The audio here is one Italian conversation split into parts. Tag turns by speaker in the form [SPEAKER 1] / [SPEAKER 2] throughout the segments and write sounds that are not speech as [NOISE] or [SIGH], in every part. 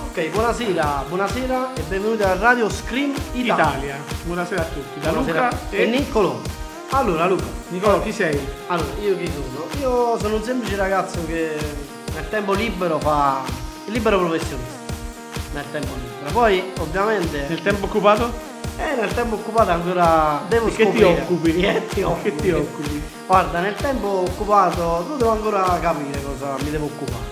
[SPEAKER 1] Ok, buonasera, buonasera e benvenuti a Radio Scream Italia.
[SPEAKER 2] Italia. Buonasera a tutti. Da
[SPEAKER 1] Buonasera.
[SPEAKER 2] Luca
[SPEAKER 1] e
[SPEAKER 2] e
[SPEAKER 1] Niccolò. Allora Luca,
[SPEAKER 2] Nicola, chi sei?
[SPEAKER 1] allora io chi sono? Io sono un semplice ragazzo che nel tempo libero fa il libero professionista. Nel tempo libero. Poi ovviamente
[SPEAKER 2] Nel tempo occupato?
[SPEAKER 1] eh, nel tempo occupato ancora devo
[SPEAKER 2] Di che ti
[SPEAKER 1] scoprire.
[SPEAKER 2] occupi?
[SPEAKER 1] Di [LAUGHS] Che ti occupi?
[SPEAKER 2] Che ti occupi?
[SPEAKER 1] Guarda, nel tempo occupato tu devo ancora capire cosa mi devo occupare.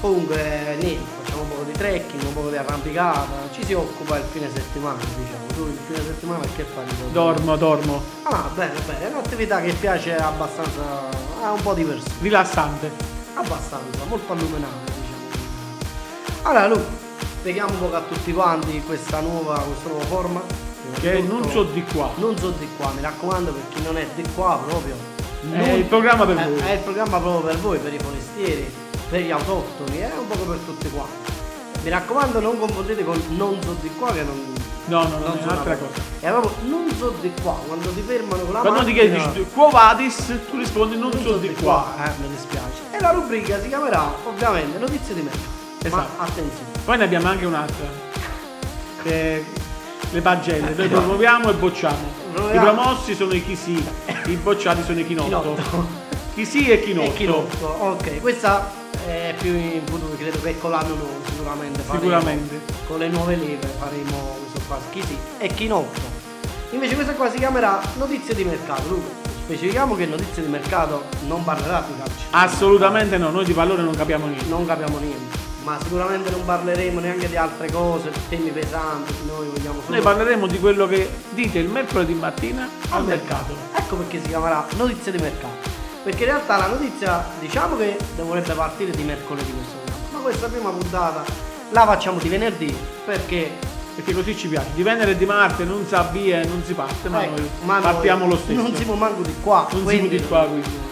[SPEAKER 1] Comunque, niente, facciamo un po' di trekking, un po' di arrampicata, ci si occupa il fine settimana, diciamo. Tu il fine settimana che fai?
[SPEAKER 2] Dormo, dormo.
[SPEAKER 1] Ah, bene, bene, è un'attività che piace abbastanza a un po' di persone,
[SPEAKER 2] Rilassante.
[SPEAKER 1] abbastanza, molto alluminante, diciamo. Allora, Luca, spieghiamo un po' a tutti quanti questa nuova, questo nuovo format.
[SPEAKER 2] Che è
[SPEAKER 1] Innanzitutto,
[SPEAKER 2] non so di qua.
[SPEAKER 1] non so di qua, mi raccomando, per chi non è di qua proprio.
[SPEAKER 2] È Eh, il programma per
[SPEAKER 1] è,
[SPEAKER 2] voi.
[SPEAKER 1] È il programma proprio per voi, per i forestieri, per gli autoctoni, è un po' per tutti quanti. Mi raccomando, non confondete con non so di qua che non.
[SPEAKER 2] No, no, no, è
[SPEAKER 1] so
[SPEAKER 2] un'altra
[SPEAKER 1] una-
[SPEAKER 2] cosa.
[SPEAKER 1] È proprio non so di qua, quando ti fermano con la
[SPEAKER 2] Quando ti
[SPEAKER 1] macchina.
[SPEAKER 2] chiedi dici, quo vadis, tu rispondi non, so di qua.
[SPEAKER 1] Eh, mi dispiace. E la rubrica si chiamerà ovviamente notizie di merda.
[SPEAKER 2] Esatto.
[SPEAKER 1] Ma attenzione.
[SPEAKER 2] Poi ne abbiamo anche un'altra. Le, le pagelle, noi promuoviamo e bocciamo. I
[SPEAKER 1] Promuoviamo.
[SPEAKER 2] promossi sono i chi sì, i bocciati sono i chinotto. [LAUGHS]
[SPEAKER 1] Chinotto.
[SPEAKER 2] Chi sì e
[SPEAKER 1] E
[SPEAKER 2] chinotto.
[SPEAKER 1] chinotto. Ok, questa è più in futuro, credo che con l'anno nuovo sicuramente faremo.
[SPEAKER 2] Sicuramente.
[SPEAKER 1] Con le nuove leve faremo questo qua, chi sì e chinotto. Invece questa qua si chiamerà notizie di mercato, Luca. Specifichiamo che notizie di mercato non parlerà di calcio.
[SPEAKER 2] Ah. Assolutamente no, noi di pallone non capiamo niente.
[SPEAKER 1] non capiamo niente, ma sicuramente non parleremo neanche di altre cose, temi pesanti, noi vogliamo solo
[SPEAKER 2] Noi parleremo di quello che dite il mercoledì mattina al mercato.
[SPEAKER 1] Ecco perché si chiamerà notizia di mercato. Perché in realtà la notizia diciamo che dovrebbe partire di mercoledì questo programma, ma questa prima puntata la facciamo di venerdì perché
[SPEAKER 2] Perché così ci piace. Di venere e di Marte non si avvia e non si parte, ma
[SPEAKER 1] ecco,
[SPEAKER 2] noi
[SPEAKER 1] ma noi
[SPEAKER 2] partiamo lo stesso.
[SPEAKER 1] Non siamo manco di qua.
[SPEAKER 2] Non
[SPEAKER 1] quindi
[SPEAKER 2] siamo di qua quindi.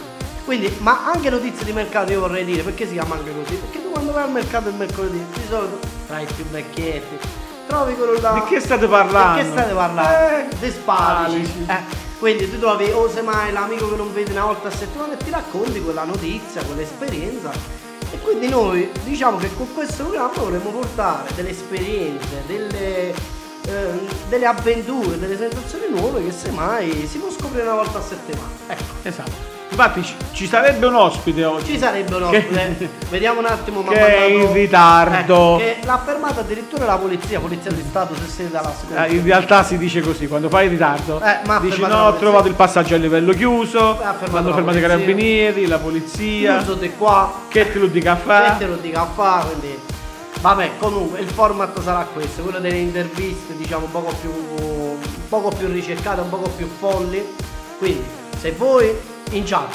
[SPEAKER 1] Quindi, ma anche notizie di mercato io vorrei dire, perché si chiama anche così? Perché tu quando vai al mercato il mercoledì, di solito tra i più vecchietti, trovi quello là.
[SPEAKER 2] Di che state parlando?
[SPEAKER 1] Di che state parlando?
[SPEAKER 2] Eh,
[SPEAKER 1] Di spadici.
[SPEAKER 2] spadici.
[SPEAKER 1] Eh, Quindi tu trovi o semmai l'amico che non vedi una volta a settimana e ti racconti quella notizia, quell'esperienza. E quindi noi diciamo che con questo programma vorremmo portare delle esperienze, delle, ehm, delle avventure, delle sensazioni nuove che semmai si può scoprire una volta a settimana. Ecco.
[SPEAKER 2] Esatto. Infatti ci, ci sarebbe un ospite oggi.
[SPEAKER 1] Ci sarebbe un ospite, vediamo un attimo. ma
[SPEAKER 2] che
[SPEAKER 1] ha
[SPEAKER 2] è
[SPEAKER 1] mandato-
[SPEAKER 2] in ritardo.
[SPEAKER 1] Ecco, che l'ha fermato addirittura la polizia, polizia di Stato, se siete dall'ascolto.
[SPEAKER 2] Eh, In realtà si dice così, quando fai in ritardo
[SPEAKER 1] Eh, ma ha
[SPEAKER 2] dici
[SPEAKER 1] fermato
[SPEAKER 2] no,
[SPEAKER 1] la
[SPEAKER 2] ho
[SPEAKER 1] polizia."
[SPEAKER 2] trovato il passaggio a livello chiuso,
[SPEAKER 1] Ha fermato
[SPEAKER 2] hanno
[SPEAKER 1] la
[SPEAKER 2] fermato i
[SPEAKER 1] polizia.
[SPEAKER 2] carabinieri, la
[SPEAKER 1] Io
[SPEAKER 2] polizia,
[SPEAKER 1] sono di qua,
[SPEAKER 2] che te lo dica a
[SPEAKER 1] che
[SPEAKER 2] fare.
[SPEAKER 1] te lo dica a fa, quindi vabbè, comunque il format sarà questo, quello delle interviste, diciamo, un poco più un poco più ricercate, un poco più folli. Quindi, se voi in chat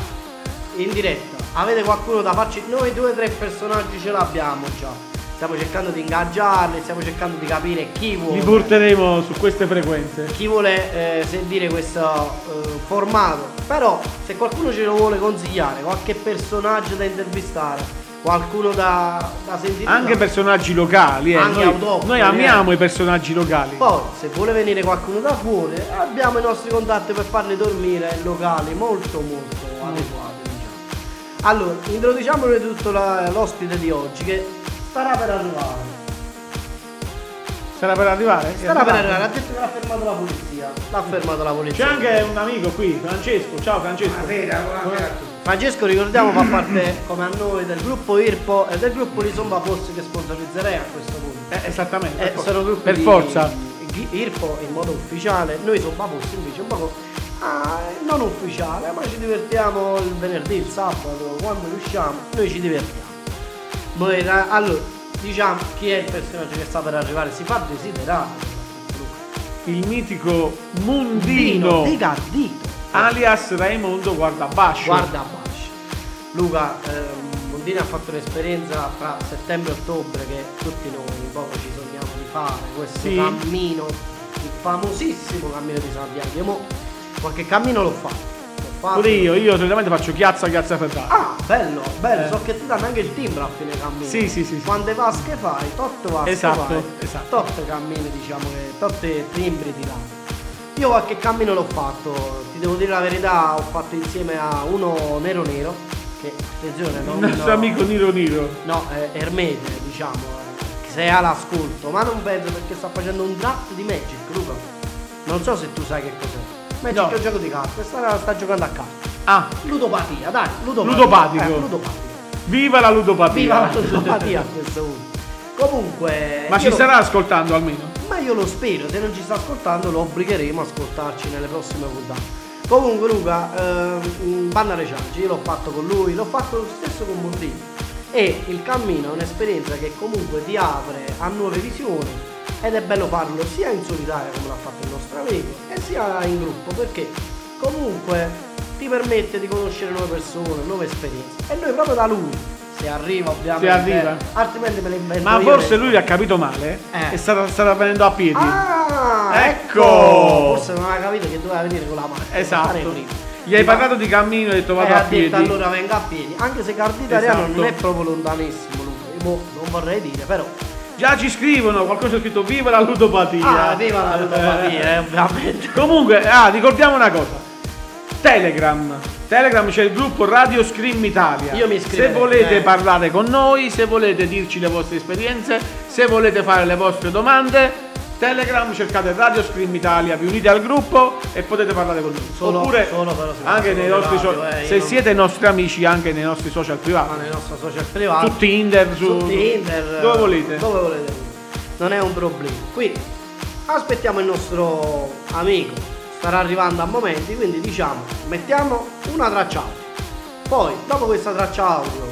[SPEAKER 1] in diretta avete qualcuno da farci, noi due o tre personaggi ce l'abbiamo già. Stiamo cercando di ingaggiarli, stiamo cercando di capire chi vuole
[SPEAKER 2] Li porteremo su queste frequenze.
[SPEAKER 1] chi vuole eh, sentire questo eh, formato però se qualcuno ce lo vuole consigliare qualche personaggio da intervistare qualcuno da, da sentire
[SPEAKER 2] Anche
[SPEAKER 1] da-
[SPEAKER 2] personaggi locali, eh.
[SPEAKER 1] Anche
[SPEAKER 2] noi,
[SPEAKER 1] autoctoni,
[SPEAKER 2] noi
[SPEAKER 1] eh. Oh.
[SPEAKER 2] amiamo i personaggi locali.
[SPEAKER 1] poi se vuole venire qualcuno da fuori abbiamo i nostri contatti per farli dormire in locali molto molto
[SPEAKER 2] Mm.
[SPEAKER 1] adeguati diciamo. allora introduciamo prima di tutto la- l'ospite di oggi che starà per arrivare
[SPEAKER 2] Sarà per arrivare?
[SPEAKER 1] starà per arrivare ha detto che l'ha fermato la polizia l'ha fermato la
[SPEAKER 2] C'è
[SPEAKER 1] polizia
[SPEAKER 2] anche un amico qui, Francesco. Ciao Francesco.
[SPEAKER 1] Francesco ricordiamo fa parte come a noi del gruppo Irpo e del gruppo Risomba Post che sponsorizzerei a questo punto.
[SPEAKER 2] Eh, esattamente.
[SPEAKER 1] Eh,
[SPEAKER 2] per forza.
[SPEAKER 1] sono gruppi
[SPEAKER 2] per
[SPEAKER 1] di-
[SPEAKER 2] forza.
[SPEAKER 1] di Irpo in modo ufficiale, noi Somba Post invece un poco ah, non ufficiale, ma ci divertiamo il venerdì, il sabato, quando riusciamo, noi ci divertiamo. Noi, ra- allora, diciamo chi è il personaggio che sta per arrivare, si fa desiderare.
[SPEAKER 2] Il mitico Mundino,
[SPEAKER 1] di Cardito.
[SPEAKER 2] alias Raimondo Guardabascio.
[SPEAKER 1] Guarda Bash. Luca ehm, Mondini ha fatto un'esperienza tra settembre e ottobre che tutti noi un poco ci sogniamo di fare, questo
[SPEAKER 2] Sì.
[SPEAKER 1] cammino, il famosissimo cammino di Santiago. Io mo qualche cammino l'ho fatto. L'ho fatto.
[SPEAKER 2] Pure io, io solitamente faccio chiazza, chiazza ferrata.
[SPEAKER 1] Ah, bello, bello,
[SPEAKER 2] Eh.
[SPEAKER 1] so che ti danno anche il timbro a fine cammino.
[SPEAKER 2] Sì, sì, sì, sì.
[SPEAKER 1] Quante vasche fai, tot vasche
[SPEAKER 2] Esatto,
[SPEAKER 1] fai,
[SPEAKER 2] esatto.
[SPEAKER 1] tot cammini, diciamo che tot timbri ti danno. Io qualche cammino l'ho fatto, ti devo dire la verità, ho fatto insieme a uno nero nero, che attenzione, non
[SPEAKER 2] Il nostro amico Niro Niro.
[SPEAKER 1] No, eh, Ermete, diciamo, eh, che se ha l'ascolto, ma non penso perché sta facendo un draft di Magic, Luca. Non so se tu sai che cos'è. Magic
[SPEAKER 2] No.
[SPEAKER 1] è un gioco di carte, sta, sta giocando a carte.
[SPEAKER 2] Ah,
[SPEAKER 1] Ludopatia, dai, ludopatia.
[SPEAKER 2] Ludopatico.
[SPEAKER 1] Eh, ludopatia.
[SPEAKER 2] viva la ludopatia!
[SPEAKER 1] Viva la ludopatia a questo punto. Comunque.
[SPEAKER 2] Ma
[SPEAKER 1] io
[SPEAKER 2] ci
[SPEAKER 1] lo-
[SPEAKER 2] sarà ascoltando almeno?
[SPEAKER 1] Ma io lo spero, se non ci sta ascoltando lo obbligheremo a ascoltarci nelle prossime puntate. Comunque Luca, ehm, Banna Recianci, io l'ho fatto con lui, l'ho fatto lo stesso con Mondini. E il cammino è un'esperienza che comunque ti apre a nuove visioni ed è bello farlo sia in solitaria come l'ha fatto il nostro amico e sia in gruppo perché comunque ti permette di conoscere nuove persone, nuove esperienze. E noi proprio da lui, se arriva ovviamente,
[SPEAKER 2] arriva.
[SPEAKER 1] altrimenti me le invento
[SPEAKER 2] Ma
[SPEAKER 1] io
[SPEAKER 2] forse
[SPEAKER 1] le-
[SPEAKER 2] lui ha capito male
[SPEAKER 1] Eh.
[SPEAKER 2] e sarà, sarà venendo a piedi.
[SPEAKER 1] Ah,
[SPEAKER 2] Ecco!
[SPEAKER 1] Forse non aveva capito che doveva venire con la mano.
[SPEAKER 2] esatto. Gli hai parlato di cammino e hai detto
[SPEAKER 1] e
[SPEAKER 2] vado
[SPEAKER 1] Eh, ha
[SPEAKER 2] a piedi.
[SPEAKER 1] detto allora venga a piedi. Anche se Carditariano
[SPEAKER 2] Esatto.
[SPEAKER 1] non è proprio lontanissimo, Luca. Io mo non vorrei dire, però.
[SPEAKER 2] Già ci scrivono, qualcosa ha scritto viva la ludopatia.
[SPEAKER 1] Ah, viva la ludopatia, eh, ovviamente.
[SPEAKER 2] [LAUGHS] Comunque, ah, ricordiamo una cosa. Telegram. Telegram c'è il gruppo Radio Scream Italia.
[SPEAKER 1] Io mi iscriverò,
[SPEAKER 2] Se volete
[SPEAKER 1] eh.
[SPEAKER 2] parlare con noi, se volete dirci le vostre esperienze, se volete fare le vostre domande, Telegram cercate Radio Scream Italia, vi unite al gruppo e potete parlare con noi.
[SPEAKER 1] Solo-
[SPEAKER 2] Oppure
[SPEAKER 1] solo però se-
[SPEAKER 2] anche
[SPEAKER 1] solo
[SPEAKER 2] nei nostri
[SPEAKER 1] radio,
[SPEAKER 2] social,
[SPEAKER 1] eh, io
[SPEAKER 2] se
[SPEAKER 1] non-
[SPEAKER 2] siete nostri amici anche nei nostri social
[SPEAKER 1] Ma
[SPEAKER 2] privati,
[SPEAKER 1] nei nostri social privati.
[SPEAKER 2] su Tinder, su,
[SPEAKER 1] su Tinder.
[SPEAKER 2] dove volete.
[SPEAKER 1] Dove volete. Non è un problema. Quindi aspettiamo il nostro amico. Starà arrivando a momenti, quindi diciamo, mettiamo una traccia audio. Poi, dopo questa traccia audio,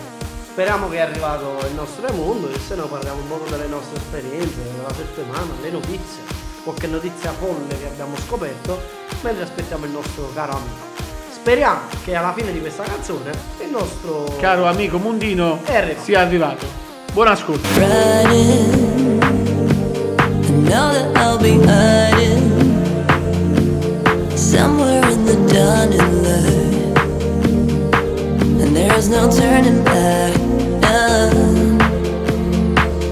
[SPEAKER 1] speriamo che è arrivato il nostro mondo e se no parliamo un po' delle nostre esperienze, della settimana, le notizie, qualche notizia folle che abbiamo scoperto, mentre aspettiamo il nostro caro amico. Speriamo che alla fine di questa canzone il nostro
[SPEAKER 2] Caro amico Mundino,
[SPEAKER 1] È arrivato.
[SPEAKER 2] sia arrivato. Buon ascolto.
[SPEAKER 3] Running, I know that I'll be hiding somewhere in the dawn and light, and there's no turning back. I'm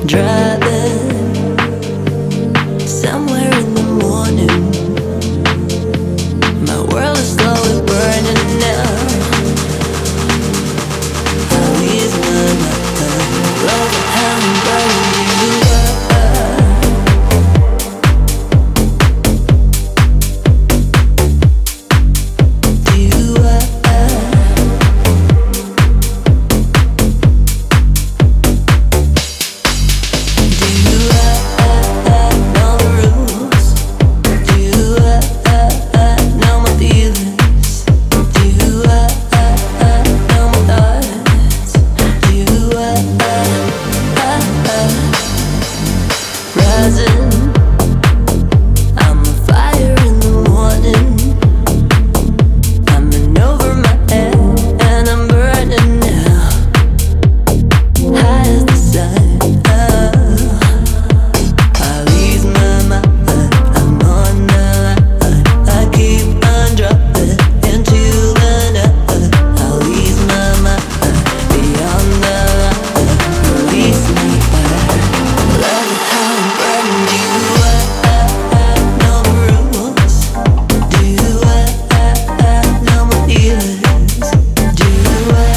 [SPEAKER 3] driving somewhere in the morning. My world is slowly burning now. I'll ease my Rising, I'm a fire in the morning. I'm in over my head and I'm burning now. High as the sun. Uh, I lose my mind. I'm on the line. I keep on dropping into the night. I lose my mind. Beyond the line. Release me, fire. Love it how I'm burning you. I know the rules. Do I know my feelings? Do I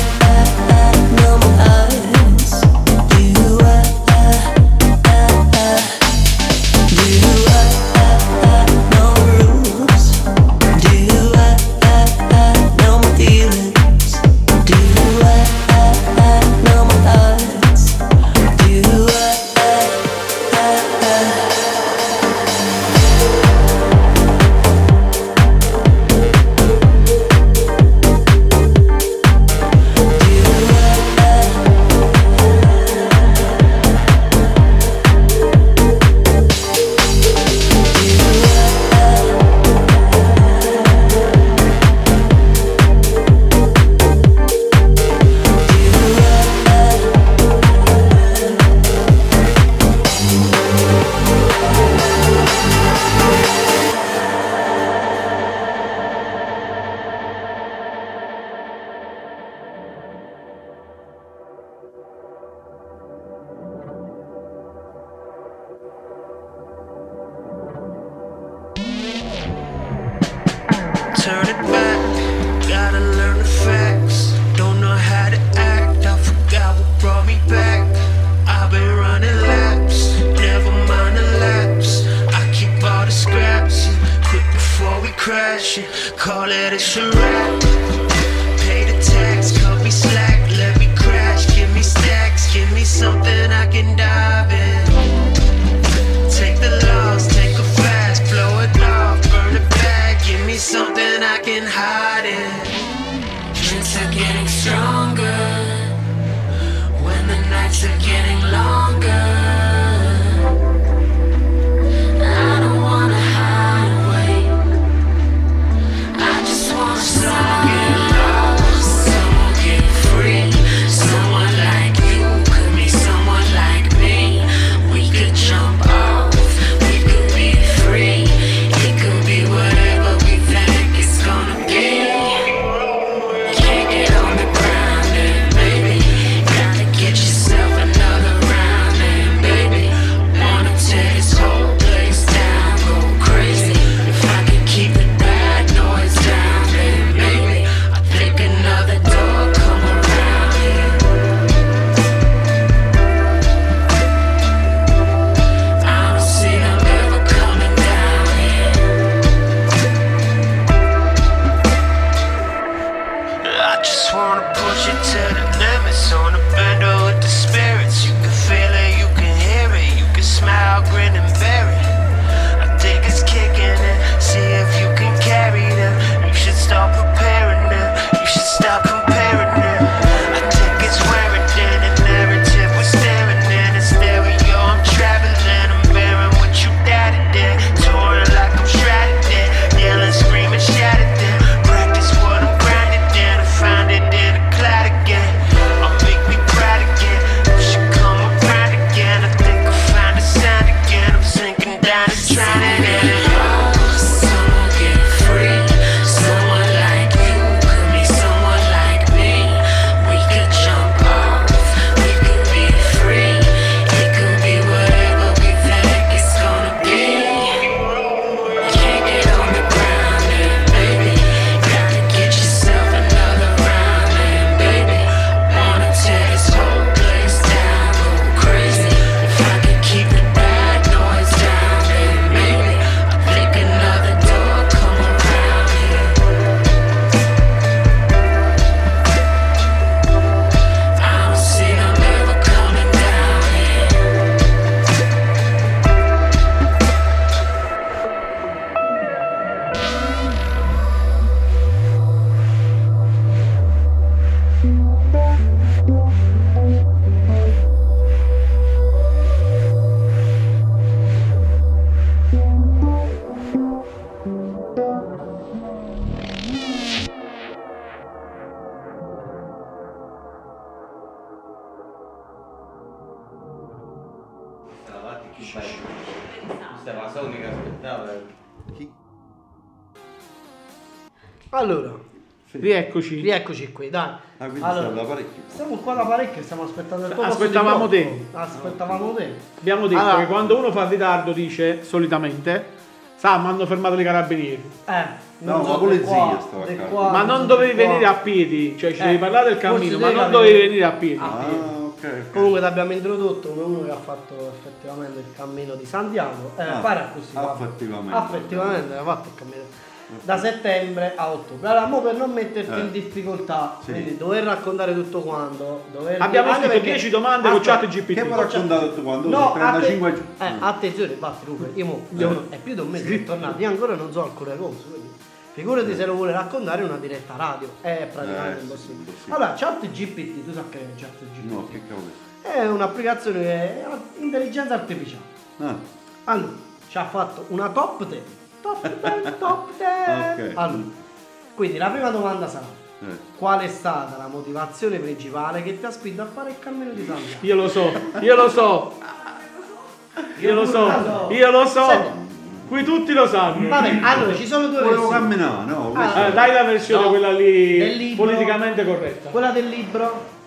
[SPEAKER 3] know my eyes? Do I? Do I know the rules? Do I know my feelings? Do I know my eyes? Do I?
[SPEAKER 4] Turn it back, gotta learn the facts. Don't know how to act, I forgot what brought me back. I've been running laps, something I can dive in. Take the loss, take a fast, blow it off, burn it back. Give me something I can hide in. Drinks are getting stronger when the nights are getting longer. I don't wanna hide away. I just wanna someone get lost, someone get free, someone like you could be someone like me. We could jump off, we could be free. It could be whatever we think it's gonna be. Can't get on the ground, and baby, gotta get yourself another round, and baby, wanna tear this whole place down, go crazy. If I can keep the bad noise down, then maybe I think another door come around. yeah. I don't see them ever coming down. yeah. I just wanna push it to the limits on a bender with the spirits. You can feel it, you can hear it, you can smile, grin, and bear it. I think it's kicking in. See if you can carry them. You should start preparing them. You should stop comparing them. I think it's wearing thin. The narrative was staring in. It's stereo. I'm traveling. I'm bearing what you doubted then. Touring like I'm shrouded then. Yelling, screaming, shouted then. Practice what I'm grounded in. I found it in a cloud again. I'll make me proud again. You should come around again. I think I found a sound again. I'm sinking down and drowning in it. Someone get free. Someone like you could be someone like me. We could jump off. We could be free. It could be whatever we think it's gonna be. Can't get on the ground, and baby, gotta get yourself another round, and baby, wanna tear this whole place down, go crazy. If I can keep the bad noise down, then maybe I think another door come around. yeah. I don't see them ever coming down. yeah.
[SPEAKER 5] Avanti, chi fai? Questa è la sonica che eh. aspettava.
[SPEAKER 1] Allora,
[SPEAKER 6] Rieccoci.
[SPEAKER 1] rieccoci qui, dai.
[SPEAKER 5] Ah, quindi
[SPEAKER 1] Allora,
[SPEAKER 5] stiamo da parecchio.
[SPEAKER 1] Stiamo qua da parecchio, stiamo aspettando il tuo
[SPEAKER 6] Aspettavamo
[SPEAKER 1] posto di blocco. Ah,
[SPEAKER 6] te.
[SPEAKER 1] Aspettavamo te.
[SPEAKER 6] Abbiamo detto
[SPEAKER 1] Allora-
[SPEAKER 6] che quando uno fa ritardo dice solitamente, sa, mi hanno fermato i carabinieri.
[SPEAKER 1] Eh,
[SPEAKER 5] No,
[SPEAKER 1] non
[SPEAKER 5] la
[SPEAKER 1] so,
[SPEAKER 5] polizia
[SPEAKER 1] di qua,
[SPEAKER 5] stava
[SPEAKER 1] di
[SPEAKER 5] a
[SPEAKER 1] qua,
[SPEAKER 6] Ma
[SPEAKER 1] so,
[SPEAKER 6] non
[SPEAKER 1] di
[SPEAKER 6] dovevi
[SPEAKER 1] qua.
[SPEAKER 6] venire a piedi, cioè ci
[SPEAKER 1] Ah, Eh,
[SPEAKER 6] devi parlare del
[SPEAKER 1] forse
[SPEAKER 6] cammino, ma
[SPEAKER 1] devi
[SPEAKER 6] non
[SPEAKER 1] capire.
[SPEAKER 6] dovevi venire a piedi.
[SPEAKER 1] Ah.
[SPEAKER 5] Ah, ok, ok.
[SPEAKER 1] Comunque l'abbiamo introdotto come uno che ha fatto effettivamente il cammino di Santiago. Eh,
[SPEAKER 5] Ah,
[SPEAKER 1] pare così. va.
[SPEAKER 5] affettivamente.
[SPEAKER 1] Affettivamente, ha fatto il cammino. Da settembre a ottobre. Allora, mo per non metterti
[SPEAKER 5] Eh.
[SPEAKER 1] in difficoltà,
[SPEAKER 5] Sì.
[SPEAKER 1] quindi dover raccontare tutto quanto. Dover...
[SPEAKER 6] Abbiamo
[SPEAKER 1] anche
[SPEAKER 6] scritto 10 domande con
[SPEAKER 1] Aspetta,
[SPEAKER 6] chat GPT.
[SPEAKER 5] Che mi ha raccontato tutto quanto?
[SPEAKER 1] No, atte-
[SPEAKER 5] 35
[SPEAKER 1] eh, attenzione, batti Luca, io
[SPEAKER 5] Eh.
[SPEAKER 1] mo- io no- è più di un mese che sono tornato, io ancora non so alcune cose, quindi figurati se lo vuole raccontare in una diretta radio, è praticamente
[SPEAKER 5] Eh, sì,
[SPEAKER 1] impossibile.
[SPEAKER 5] impossibile.
[SPEAKER 1] Allora, chat GPT, tu sai che è chat GPT?
[SPEAKER 5] Eh. No, che cavolo è?
[SPEAKER 1] È un'applicazione che è intelligenza artificiale.
[SPEAKER 5] Ah,
[SPEAKER 1] Allora, ci ha fatto una top 10. Top
[SPEAKER 5] [LAUGHS]
[SPEAKER 1] 10, top 10.
[SPEAKER 5] Ok. Mm.
[SPEAKER 1] Allora, quindi la prima domanda sarà,
[SPEAKER 5] eh.
[SPEAKER 1] qual è stata la motivazione principale che ti ha spinto a fare il cammino di Santiago?
[SPEAKER 6] Io lo so, io lo so, io lo so, io lo so.
[SPEAKER 1] Senti.
[SPEAKER 6] Qui tutti lo sanno.
[SPEAKER 1] Vabbè, allora ci sono due
[SPEAKER 5] Volevo
[SPEAKER 1] versioni.
[SPEAKER 5] camminare, no?
[SPEAKER 1] Ah,
[SPEAKER 6] Eh,
[SPEAKER 5] questo-
[SPEAKER 6] dai la versione
[SPEAKER 1] No,
[SPEAKER 6] quella
[SPEAKER 1] del
[SPEAKER 6] lì
[SPEAKER 1] libro.
[SPEAKER 6] politicamente corretta.
[SPEAKER 1] Quella del libro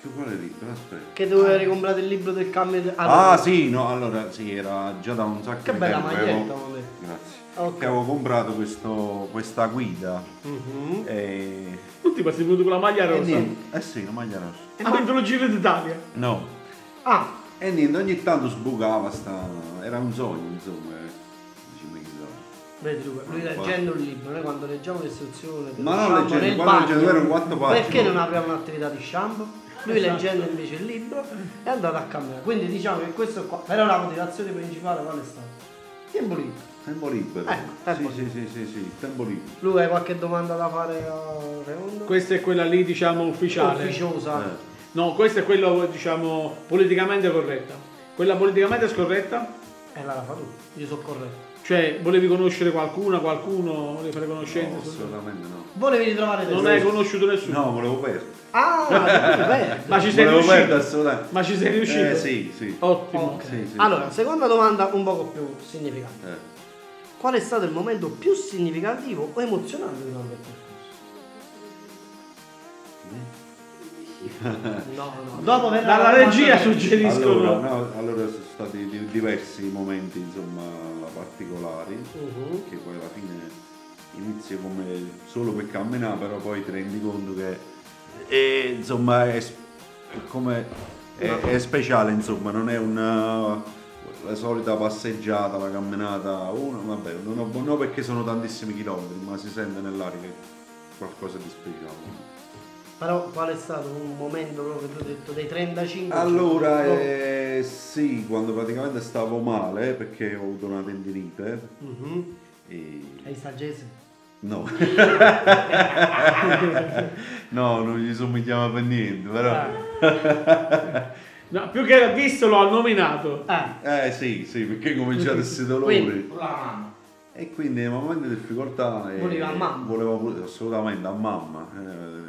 [SPEAKER 5] Che quale libro? Aspetta.
[SPEAKER 1] che doveva ricomprare il libro del cambio del- allora,
[SPEAKER 5] Ah sì, no, allora sì, era già da un sacco
[SPEAKER 1] Che
[SPEAKER 5] di
[SPEAKER 1] bella
[SPEAKER 5] tempo.
[SPEAKER 1] maglietta,
[SPEAKER 5] avevo-
[SPEAKER 1] volevo dire.
[SPEAKER 5] Grazie.
[SPEAKER 1] Ok.
[SPEAKER 5] Che avevo comprato questo, questa guida. Mm-hmm. E...
[SPEAKER 6] Tutti questi venuti con la maglia
[SPEAKER 5] e
[SPEAKER 6] rossa.
[SPEAKER 5] niente. Eh sì, una maglia rossa.
[SPEAKER 6] Ha vinto lo Giro d'Italia.
[SPEAKER 5] No.
[SPEAKER 1] Ah,
[SPEAKER 5] E niente, ogni tanto sbucava sta. Era un sogno, insomma. eh. Dici, ma che so.
[SPEAKER 1] vedi Luca, lui leggendo un libro, noi quando leggiamo l'istruzione diciamo,
[SPEAKER 5] Ma non leggendo,
[SPEAKER 1] nel
[SPEAKER 5] quando
[SPEAKER 1] bagno,
[SPEAKER 5] leggendo, erano quattro pagine.
[SPEAKER 1] Perché non apriamo un'attività di shampoo? Lui leggendo invece il libro è andato a camminare. Quindi diciamo che questo qua, però la motivazione principale qual è stata? Tempo libero.
[SPEAKER 5] Eh, Tempo libero.
[SPEAKER 1] Ecco, tempo
[SPEAKER 5] sì, sì, sì, sì, sì, tempo libero.
[SPEAKER 1] Lui hai qualche domanda da fare a Raimondo?
[SPEAKER 6] Questa è quella lì, diciamo, ufficiale.
[SPEAKER 1] Ufficiosa.
[SPEAKER 5] Eh.
[SPEAKER 6] No, questa è quella, diciamo, politicamente corretta. Quella politicamente scorretta,
[SPEAKER 1] E Eh, la fa tu, io sono corretto.
[SPEAKER 6] cioè, volevi conoscere qualcuna, qualcuno, volevi fare conoscenze.
[SPEAKER 5] No,
[SPEAKER 6] sul-
[SPEAKER 5] assolutamente no.
[SPEAKER 1] Volevi ritrovare te
[SPEAKER 6] non
[SPEAKER 1] stesso.
[SPEAKER 6] hai conosciuto nessuno.
[SPEAKER 5] No, volevo perdere.
[SPEAKER 1] Ah, bene.
[SPEAKER 6] Ma ci sei
[SPEAKER 5] Volevo perdere
[SPEAKER 6] riuscito.
[SPEAKER 5] assolutamente.
[SPEAKER 6] Ma ci sei riuscito.
[SPEAKER 5] Eh sì, sì.
[SPEAKER 6] Ottimo.
[SPEAKER 1] Ok.
[SPEAKER 5] Sì, sì.
[SPEAKER 1] Allora, seconda domanda un poco più significante.
[SPEAKER 5] Eh.
[SPEAKER 1] Qual è stato il momento più significativo o emozionante durante il percorso? No, no. Dopo verrà
[SPEAKER 6] Dalla
[SPEAKER 1] la domanda
[SPEAKER 6] regia
[SPEAKER 1] del-
[SPEAKER 6] suggeriscono.
[SPEAKER 5] Allora, no, allora sono stati di- diversi momenti insomma particolari
[SPEAKER 1] Mhm.
[SPEAKER 5] che poi alla fine inizia come solo per camminare però poi ti rendi conto che è, insomma è, s- è come è, è speciale insomma non è una la solita passeggiata la camminata uno vabbè non, ho- no perché sono tantissimi chilometri ma si sente nell'aria che qualcosa di speciale
[SPEAKER 1] Però qual è stato un momento proprio che tu hai detto dei 35?
[SPEAKER 5] Allora,
[SPEAKER 1] No.
[SPEAKER 5] eh, sì, quando praticamente stavo male perché ho avuto una tendinite
[SPEAKER 1] Mhm.
[SPEAKER 5] e...
[SPEAKER 1] Hai stagiese?
[SPEAKER 5] No. [LAUGHS] no, non gli somigliava per niente, però...
[SPEAKER 1] Ah.
[SPEAKER 6] No, più che l'ha visto lo ha nominato.
[SPEAKER 1] Ah,
[SPEAKER 5] Eh sì, sì, perché cominciate questi
[SPEAKER 1] Quindi,
[SPEAKER 5] dolori. E quindi nel momento di difficoltà... eh,
[SPEAKER 1] Voleva a mamma.
[SPEAKER 5] Volevo pure- assolutamente a mamma, eh,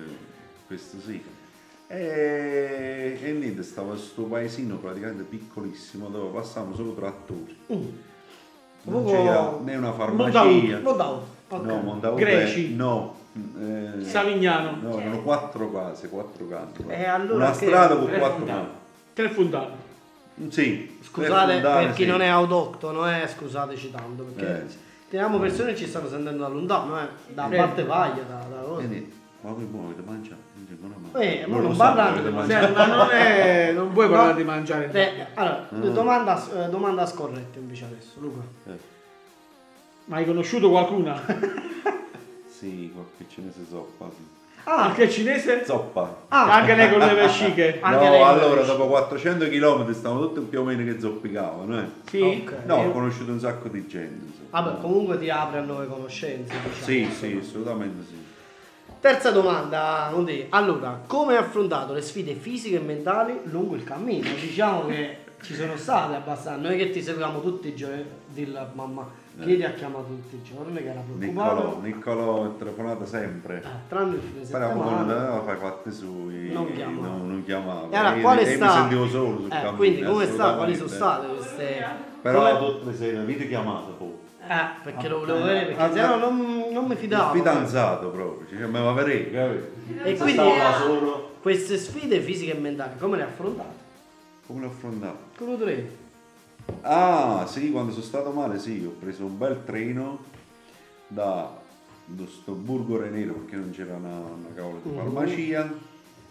[SPEAKER 5] questo sì. E, e niente, stavo in questo paesino praticamente piccolissimo dove passavamo solo trattori. Non
[SPEAKER 1] Poco-
[SPEAKER 5] c'era né una
[SPEAKER 6] Montaut,
[SPEAKER 5] farmacia.
[SPEAKER 1] Montaut, ok.
[SPEAKER 5] No, Montaut
[SPEAKER 6] Greci.
[SPEAKER 5] è- No. eh,
[SPEAKER 6] Savignano.
[SPEAKER 5] No, erano quattro case, quattro canti.
[SPEAKER 1] E Eh, allora
[SPEAKER 5] Una
[SPEAKER 1] che-
[SPEAKER 5] strada con
[SPEAKER 1] tre
[SPEAKER 5] quattro
[SPEAKER 1] fondali.
[SPEAKER 5] canti.
[SPEAKER 6] Tre fondali.
[SPEAKER 5] Sì. tre
[SPEAKER 1] Scusate
[SPEAKER 5] fondali,
[SPEAKER 1] per chi
[SPEAKER 5] sì.
[SPEAKER 1] non è autoctono, eh, scusateci tanto perché
[SPEAKER 5] Eh.
[SPEAKER 1] teniamo persone che ci stanno sentendo da lontano, eh, da
[SPEAKER 6] Eh.
[SPEAKER 1] parte paglia, da, da cosa.
[SPEAKER 5] E niente, ma voi voi avete mangiato? Non c'è ancora mangiato.
[SPEAKER 1] Eh, ma
[SPEAKER 5] lo
[SPEAKER 1] non
[SPEAKER 5] so,
[SPEAKER 1] parlate,
[SPEAKER 5] avete
[SPEAKER 1] ma-
[SPEAKER 5] mangiato.
[SPEAKER 6] Cioè, ma
[SPEAKER 5] [LAUGHS]
[SPEAKER 6] non è. Non puoi parlare
[SPEAKER 1] No.
[SPEAKER 6] di mangiare.
[SPEAKER 1] Eh, allora,
[SPEAKER 5] Mm.
[SPEAKER 1] domanda, eh, domanda scorretta invece adesso, Luca.
[SPEAKER 6] Ma hai conosciuto qualcuna?
[SPEAKER 5] Sì, qualche cinese zoppa, sì.
[SPEAKER 1] Ah,
[SPEAKER 6] Anche il cinese?
[SPEAKER 5] Zoppa.
[SPEAKER 1] ah,
[SPEAKER 6] Anche lei con le vesciche.
[SPEAKER 1] [LAUGHS] Anche lei
[SPEAKER 5] no,
[SPEAKER 1] non
[SPEAKER 5] allora
[SPEAKER 1] riesce.
[SPEAKER 5] dopo 400 km stavamo tutti più o meno che zoppicavano, eh.
[SPEAKER 6] Sì.
[SPEAKER 1] Ok.
[SPEAKER 5] No,
[SPEAKER 1] Eh.
[SPEAKER 5] ho conosciuto un sacco di gente, insomma.
[SPEAKER 1] vabbè, comunque ti apre a nuove conoscenze. Diciamo.
[SPEAKER 5] Sì, sì, assolutamente sì.
[SPEAKER 1] Terza domanda, Monti. Allora, come hai affrontato le sfide fisiche e mentali lungo il cammino? Diciamo che ci sono state abbastanza. Noi che ti seguiamo tutti i giorni, dilla mamma, che ti ha chiamato tutti i giorni, che era
[SPEAKER 5] Eh. Niccolò,
[SPEAKER 1] preoccupato.
[SPEAKER 5] Niccolò è telefonata sempre.
[SPEAKER 1] Ah, tranne il fine
[SPEAKER 5] Però poi
[SPEAKER 1] settimana.
[SPEAKER 5] non aveva fai fatti sui.
[SPEAKER 1] Non chiamava.
[SPEAKER 5] no, non chiamava.
[SPEAKER 1] E allora,
[SPEAKER 5] Io-
[SPEAKER 1] qual è
[SPEAKER 5] e
[SPEAKER 1] sta-
[SPEAKER 5] mi sentivo solo sul
[SPEAKER 1] Eh,
[SPEAKER 5] cammino.
[SPEAKER 1] quindi come sta? Quali
[SPEAKER 5] assolutamente.
[SPEAKER 1] sono state queste.
[SPEAKER 5] Però
[SPEAKER 1] come-
[SPEAKER 5] tutte le sere videochiamate poi.
[SPEAKER 1] Eh, perché lo volevo vedere, perché
[SPEAKER 5] Ah,
[SPEAKER 1] se no non, non mi
[SPEAKER 5] Il
[SPEAKER 1] fidavo.
[SPEAKER 5] fidanzato proprio, cioè, mi va verrei, capito?
[SPEAKER 1] E
[SPEAKER 5] Se
[SPEAKER 1] quindi
[SPEAKER 5] stavo da solo.
[SPEAKER 1] queste sfide fisiche e mentali, come le hai affrontate?
[SPEAKER 5] Come l'ho affrontato?
[SPEAKER 1] Con lo treno.
[SPEAKER 5] Ah, sì, quando sono stato male, sì, ho preso un bel treno da da sto Burgore Nero perché non c'era una, una cavolo
[SPEAKER 1] Mhm.
[SPEAKER 5] di farmacia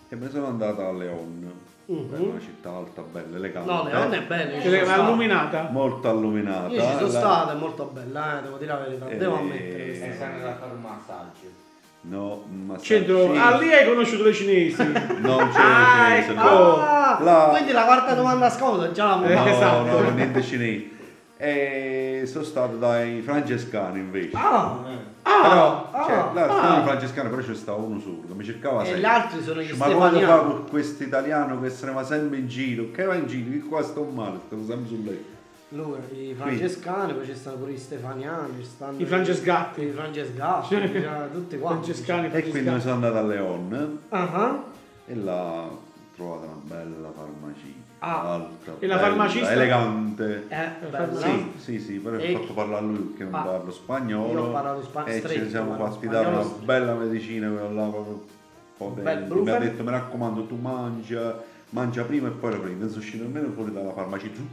[SPEAKER 5] e me ne sono andata a Leon, Bella, una città alta, bella, elegante.
[SPEAKER 1] Mhm. No, Leon è bello. io ci
[SPEAKER 6] Cioè,
[SPEAKER 1] sono
[SPEAKER 6] ma
[SPEAKER 1] stato.
[SPEAKER 6] illuminata.
[SPEAKER 5] Molto illuminata.
[SPEAKER 1] Io ci sono
[SPEAKER 5] la-
[SPEAKER 1] stato, è molto bella, eh, devo dire la verità. Devo
[SPEAKER 5] Eh,
[SPEAKER 1] ammettere questa
[SPEAKER 5] eh,
[SPEAKER 7] E
[SPEAKER 1] cosa.
[SPEAKER 7] stanno andando a fare un massaggio.
[SPEAKER 5] No, ma
[SPEAKER 6] Centro.
[SPEAKER 5] sì,
[SPEAKER 6] Ah, lì hai conosciuto le [LAUGHS] cinesi.
[SPEAKER 5] Non c'è
[SPEAKER 6] Ah,
[SPEAKER 5] cinese.
[SPEAKER 6] ecco.
[SPEAKER 5] no.
[SPEAKER 1] Ah,
[SPEAKER 5] La-
[SPEAKER 1] quindi la quarta domanda scomoda già la
[SPEAKER 5] No,
[SPEAKER 6] Eh, esatto.
[SPEAKER 5] no, niente cinese. E sono stato dai francescani invece.
[SPEAKER 1] Ah,
[SPEAKER 5] però,
[SPEAKER 1] ah,
[SPEAKER 5] cioè, là
[SPEAKER 1] ah.
[SPEAKER 5] stavano i francescani, però c'è stava uno surdo, mi cercava
[SPEAKER 1] E
[SPEAKER 5] sempre.
[SPEAKER 1] gli altri sono gli
[SPEAKER 5] Dice, Ma come fa
[SPEAKER 1] stefaniani."
[SPEAKER 5] con questo italiano che se ne va sempre in giro? Che va in giro? Che qua sto male, sto sempre sul letto.
[SPEAKER 1] Allora, i francescani, poi ci stanno pure i stefaniani, ci stanno
[SPEAKER 6] I francescatti.
[SPEAKER 1] I francescatti, cioè, tutti quanti.
[SPEAKER 6] Francescani.
[SPEAKER 5] E quindi sono andato a Leon
[SPEAKER 1] Ah,
[SPEAKER 5] e là ho trovato una bella farmacia.
[SPEAKER 1] Ah.
[SPEAKER 5] Alta,
[SPEAKER 6] E la
[SPEAKER 5] bella,
[SPEAKER 6] farmacista-
[SPEAKER 5] elegante.
[SPEAKER 1] eh, bello.
[SPEAKER 5] Sì, sì, sì, però
[SPEAKER 1] E-
[SPEAKER 5] ho fatto parlare a lui che non
[SPEAKER 1] Ah.
[SPEAKER 5] parlo spagnolo.
[SPEAKER 1] Io ho parlato spa-
[SPEAKER 5] E
[SPEAKER 1] stretto,
[SPEAKER 5] ci siamo
[SPEAKER 1] parlo
[SPEAKER 5] fatti dare una
[SPEAKER 1] spagnolo
[SPEAKER 5] bella medicina, quella là proprio
[SPEAKER 1] bel
[SPEAKER 5] potente. Mi ha
[SPEAKER 1] Brufen.
[SPEAKER 5] detto, mi raccomando, tu mangia, mangia prima e poi lo prendi. Non sono uscito nemmeno fuori dalla farmacia. giù,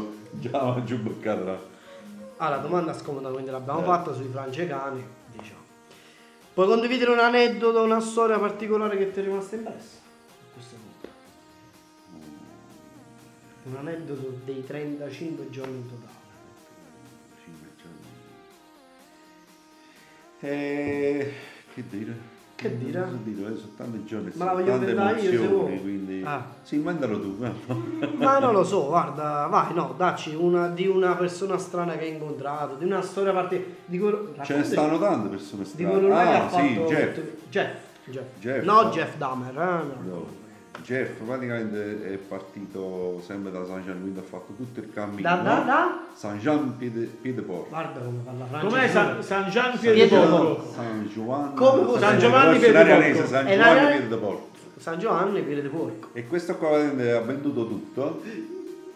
[SPEAKER 5] Già, già l'ho giù boccata. là.
[SPEAKER 1] Ah, la domanda scomoda quindi l'abbiamo
[SPEAKER 5] Eh.
[SPEAKER 1] fatta sui francescani, diciamo. Puoi condividere un aneddoto, una storia particolare che ti è rimasta impressa? A questo punto.
[SPEAKER 5] Mm.
[SPEAKER 1] Un aneddoto dei 35 giorni in totale.
[SPEAKER 5] Cinque giorni. E Eh, che dire?
[SPEAKER 1] Che dire?
[SPEAKER 5] Non so dire, eh, sono tanti giorni,
[SPEAKER 1] Ma la
[SPEAKER 5] sono
[SPEAKER 1] voglio
[SPEAKER 5] tante
[SPEAKER 1] tentare io, se
[SPEAKER 5] emozioni,
[SPEAKER 1] vuoi.
[SPEAKER 5] quindi...
[SPEAKER 1] Ah.
[SPEAKER 5] Sì, mandalo tu, guarda.
[SPEAKER 1] Ma non lo so, guarda, vai, no, dacci una di una persona strana che hai incontrato, di una storia particolare. Di quello...
[SPEAKER 5] Ce ne
[SPEAKER 1] raccontaci-
[SPEAKER 5] stanno tante persone
[SPEAKER 1] Di
[SPEAKER 5] strane.
[SPEAKER 1] quello là che ha
[SPEAKER 5] ah,
[SPEAKER 1] fatto
[SPEAKER 5] sì, Jeff.
[SPEAKER 1] Jeff, Jeff.
[SPEAKER 5] Jeff.
[SPEAKER 1] No, Jeff Dahmer, eh, no.
[SPEAKER 5] No. Jeff praticamente è partito sempre da San Gian, quindi ha fatto tutto il cammino.
[SPEAKER 1] Da, da, da?
[SPEAKER 5] San Gian Piede, Piedeport.
[SPEAKER 1] Guarda come parla Francia.
[SPEAKER 6] Com'è San, San Gian Pietroporco?
[SPEAKER 1] Pietroporco.
[SPEAKER 5] San Giovanni.
[SPEAKER 1] Come cos'è?
[SPEAKER 6] San Giovanni
[SPEAKER 5] Forse
[SPEAKER 6] Piedeport.
[SPEAKER 5] l'Arianese, San
[SPEAKER 1] È
[SPEAKER 5] Giovanni
[SPEAKER 1] l'Arianese?
[SPEAKER 5] Piedeport.
[SPEAKER 1] San Giovanni viene di porco.
[SPEAKER 5] E questo qua praticamente ha venduto tutto.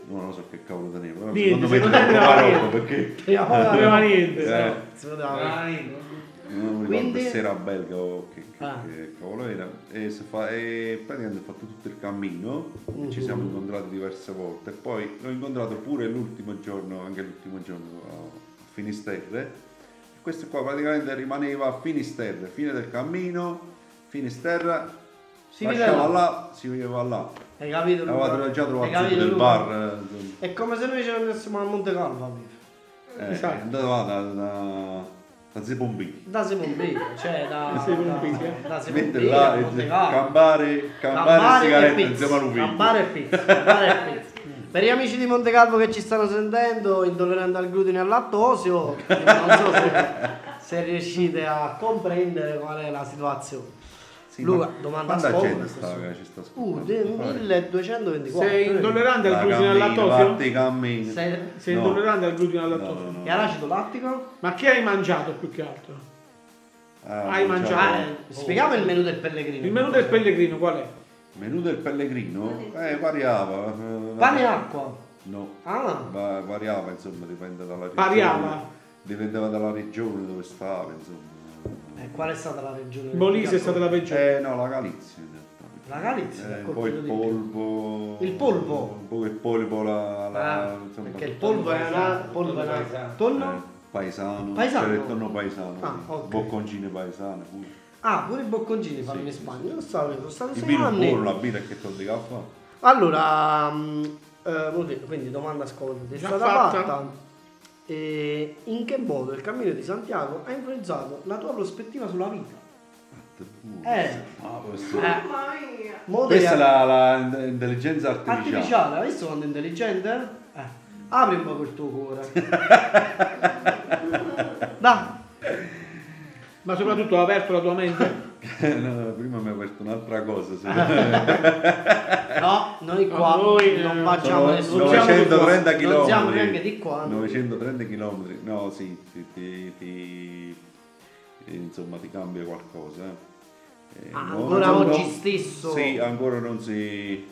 [SPEAKER 5] Non lo so che cavolo teneva, però
[SPEAKER 6] Niente,
[SPEAKER 5] secondo me
[SPEAKER 6] secondo te
[SPEAKER 5] teneva
[SPEAKER 6] teneva
[SPEAKER 5] roba
[SPEAKER 6] niente.
[SPEAKER 5] perché
[SPEAKER 6] Non aveva niente.
[SPEAKER 5] Eh.
[SPEAKER 1] Si vedeva bene.
[SPEAKER 5] non mi ricordo
[SPEAKER 1] Quindi-
[SPEAKER 5] se era belga o che, che-
[SPEAKER 1] Ah.
[SPEAKER 5] che cavolo era. E, si fa- e praticamente ha fatto tutto il cammino,
[SPEAKER 1] Mm-hmm.
[SPEAKER 5] ci siamo incontrati diverse volte. Poi l'ho incontrato pure l'ultimo giorno, anche l'ultimo giorno a Finisterre. Questo qua praticamente rimaneva a Finisterre, fine del cammino, Finisterra,
[SPEAKER 1] Si
[SPEAKER 5] lasciava
[SPEAKER 1] vedeva.
[SPEAKER 5] là, si vedeva là.
[SPEAKER 1] Hai capito? Luca?
[SPEAKER 5] Aveva già
[SPEAKER 1] Hai
[SPEAKER 5] trovato
[SPEAKER 1] capito,
[SPEAKER 5] del
[SPEAKER 1] Luca?
[SPEAKER 5] bar. eh,
[SPEAKER 1] È come se noi ce ne andassimo a Monte Calvo a vivere.
[SPEAKER 5] Eh,
[SPEAKER 6] Esatto.
[SPEAKER 5] è andato là da, da, da Zebombini.
[SPEAKER 1] Da Sepombino, cioè da...
[SPEAKER 6] Da Sepombino.
[SPEAKER 1] da- Da
[SPEAKER 5] Mette
[SPEAKER 1] Sepombino
[SPEAKER 5] là
[SPEAKER 1] a
[SPEAKER 5] e
[SPEAKER 1] Monte Calvo.
[SPEAKER 5] campare, campare sigarette insieme all'uviglio.
[SPEAKER 1] Campare e pizza. Campare e pizza. Per gli amici di Monte Calvo che ci stanno sentendo, intolleranti al glutine e al lattosio, non so se,
[SPEAKER 5] [LAUGHS]
[SPEAKER 1] se riuscite a comprendere qual è la situazione.
[SPEAKER 5] Sì,
[SPEAKER 1] Luca,
[SPEAKER 5] ma
[SPEAKER 1] domanda
[SPEAKER 5] quanta
[SPEAKER 1] scomoda
[SPEAKER 5] gente
[SPEAKER 1] a questo
[SPEAKER 5] sta
[SPEAKER 1] punto.
[SPEAKER 5] che ci sta
[SPEAKER 1] Uh,
[SPEAKER 5] ascoltando?
[SPEAKER 1] de-
[SPEAKER 5] Vai.
[SPEAKER 1] 1224.
[SPEAKER 6] Sei intollerante al
[SPEAKER 5] Dai,
[SPEAKER 6] glutine e al
[SPEAKER 5] cammina,
[SPEAKER 6] lattosio?
[SPEAKER 5] fatti, cammina.
[SPEAKER 1] Sei-
[SPEAKER 6] Sei
[SPEAKER 5] No.
[SPEAKER 6] intollerante al glutine e al lattosio?
[SPEAKER 5] No, no, no.
[SPEAKER 1] E all'acido lattico?
[SPEAKER 6] Ma che hai mangiato più che altro?
[SPEAKER 5] Ah,
[SPEAKER 6] hai
[SPEAKER 5] mangiato.
[SPEAKER 6] mangiato?
[SPEAKER 1] Spiegavo Eh, il menù del pellegrino.
[SPEAKER 6] oh. Il menù del pellegrino qual è?
[SPEAKER 5] Menù del pellegrino? Eh, variava. eh,
[SPEAKER 1] Pane e acqua.
[SPEAKER 5] No.
[SPEAKER 1] Ah,
[SPEAKER 5] Va- variava, insomma, dipende dalla regione.
[SPEAKER 6] Variava?
[SPEAKER 5] Dipendeva dalla regione dove stava, insomma.
[SPEAKER 1] eh, qual è stata la regione?
[SPEAKER 6] Molise è stata la peggiore.
[SPEAKER 5] Eh no, la Galizia in realtà.
[SPEAKER 1] La Galizia mi ha
[SPEAKER 5] Eh,
[SPEAKER 1] colpito
[SPEAKER 5] poi il
[SPEAKER 1] di più.
[SPEAKER 5] polpo.
[SPEAKER 1] Il polpo?
[SPEAKER 5] Un po' il polpo, la. la
[SPEAKER 1] Ah,
[SPEAKER 5] eh, insomma,
[SPEAKER 1] perché il polvo è una... Polvo è una...
[SPEAKER 5] eh,
[SPEAKER 1] Tonno?
[SPEAKER 5] paesano.
[SPEAKER 1] Paesano?
[SPEAKER 5] C'era il tonno paesano.
[SPEAKER 1] Ah, ok.
[SPEAKER 5] Bocconcine paesano. pure.
[SPEAKER 1] Ah, pure i bocconcini fanno
[SPEAKER 5] Sì,
[SPEAKER 1] in
[SPEAKER 5] sì,
[SPEAKER 1] Spagna. Lo so, sono stato
[SPEAKER 5] Il
[SPEAKER 1] sei
[SPEAKER 5] vino buono,
[SPEAKER 1] anni.
[SPEAKER 5] la birra che tonno di caffa.
[SPEAKER 1] Allora, mh, eh, vuol dire, quindi domanda scomoda. È
[SPEAKER 6] Già
[SPEAKER 1] stata
[SPEAKER 6] fatta.
[SPEAKER 1] fatta. E in che modo il cammino di Santiago ha influenzato la tua prospettiva sulla vita? Eh.
[SPEAKER 5] Ah, questo-
[SPEAKER 1] Mamma mia! Mo
[SPEAKER 5] Questa è
[SPEAKER 1] devi-
[SPEAKER 5] la, la in- intelligenza artificiale.
[SPEAKER 1] Artificiale, hai visto quanto è intelligente? Eh. Apri un po' il tuo
[SPEAKER 5] [LAUGHS]
[SPEAKER 1] cuore. Dai,
[SPEAKER 6] Ma soprattutto ha aperto la tua mente?
[SPEAKER 5] [LAUGHS] No, prima mi ha aperto un'altra cosa.
[SPEAKER 1] Ah.
[SPEAKER 5] se-
[SPEAKER 1] no, noi qua
[SPEAKER 6] Ma noi,
[SPEAKER 1] non
[SPEAKER 6] eh,
[SPEAKER 1] facciamo
[SPEAKER 5] Sono
[SPEAKER 1] nessuno.
[SPEAKER 6] siamo di
[SPEAKER 5] 930
[SPEAKER 1] qua.
[SPEAKER 5] km.
[SPEAKER 1] Non siamo neanche di qua.
[SPEAKER 5] 930 km. No, sì, ti, ti- ti- insomma, ti cambia qualcosa. eh. Eh,
[SPEAKER 1] Ah,
[SPEAKER 5] no,
[SPEAKER 1] ancora
[SPEAKER 5] non- non-
[SPEAKER 1] oggi stesso.
[SPEAKER 5] Sì, ancora non si